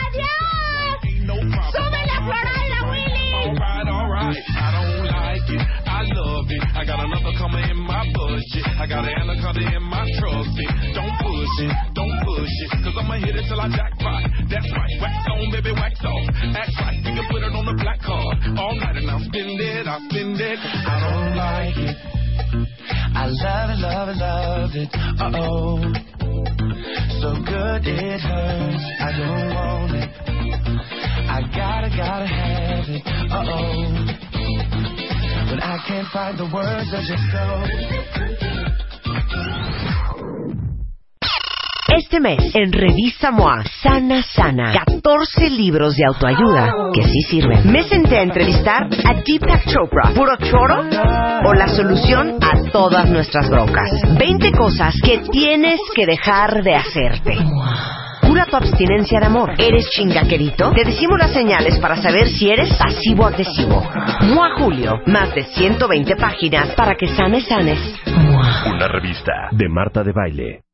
G: ¡Adiós! ¡Sube la floral, la Willy!
M: Alright, alright, I don't like it, I love it. I got another coming in my budget. I got an anaconda in my trusty. Don't push it, don't push it, cause I'ma hit it till I jackpot. That's right, wax on, baby, wax off. Act right, you can put it on the black card. All night and I'll spend it, I'll spend it. I don't like it. I love it, love it, love it. Uh oh. So good it hurts. I don't want it. I gotta, gotta have it. Uh oh. But I can't find the words, I just
D: Este mes, en Revista MOA, Sana Sana, 14 libros de autoayuda que sí sirven. Me senté a entrevistar a Deepak Chopra, puro choro o la solución a todas nuestras broncas. 20 cosas que tienes que dejar de hacerte. Cura tu abstinencia de amor. ¿Eres chingaquerito? Te decimos las señales para saber si eres pasivo-agresivo. MOA Julio, más de 120 páginas para que sanes, sanes.
N: Una revista de Marta de Baile.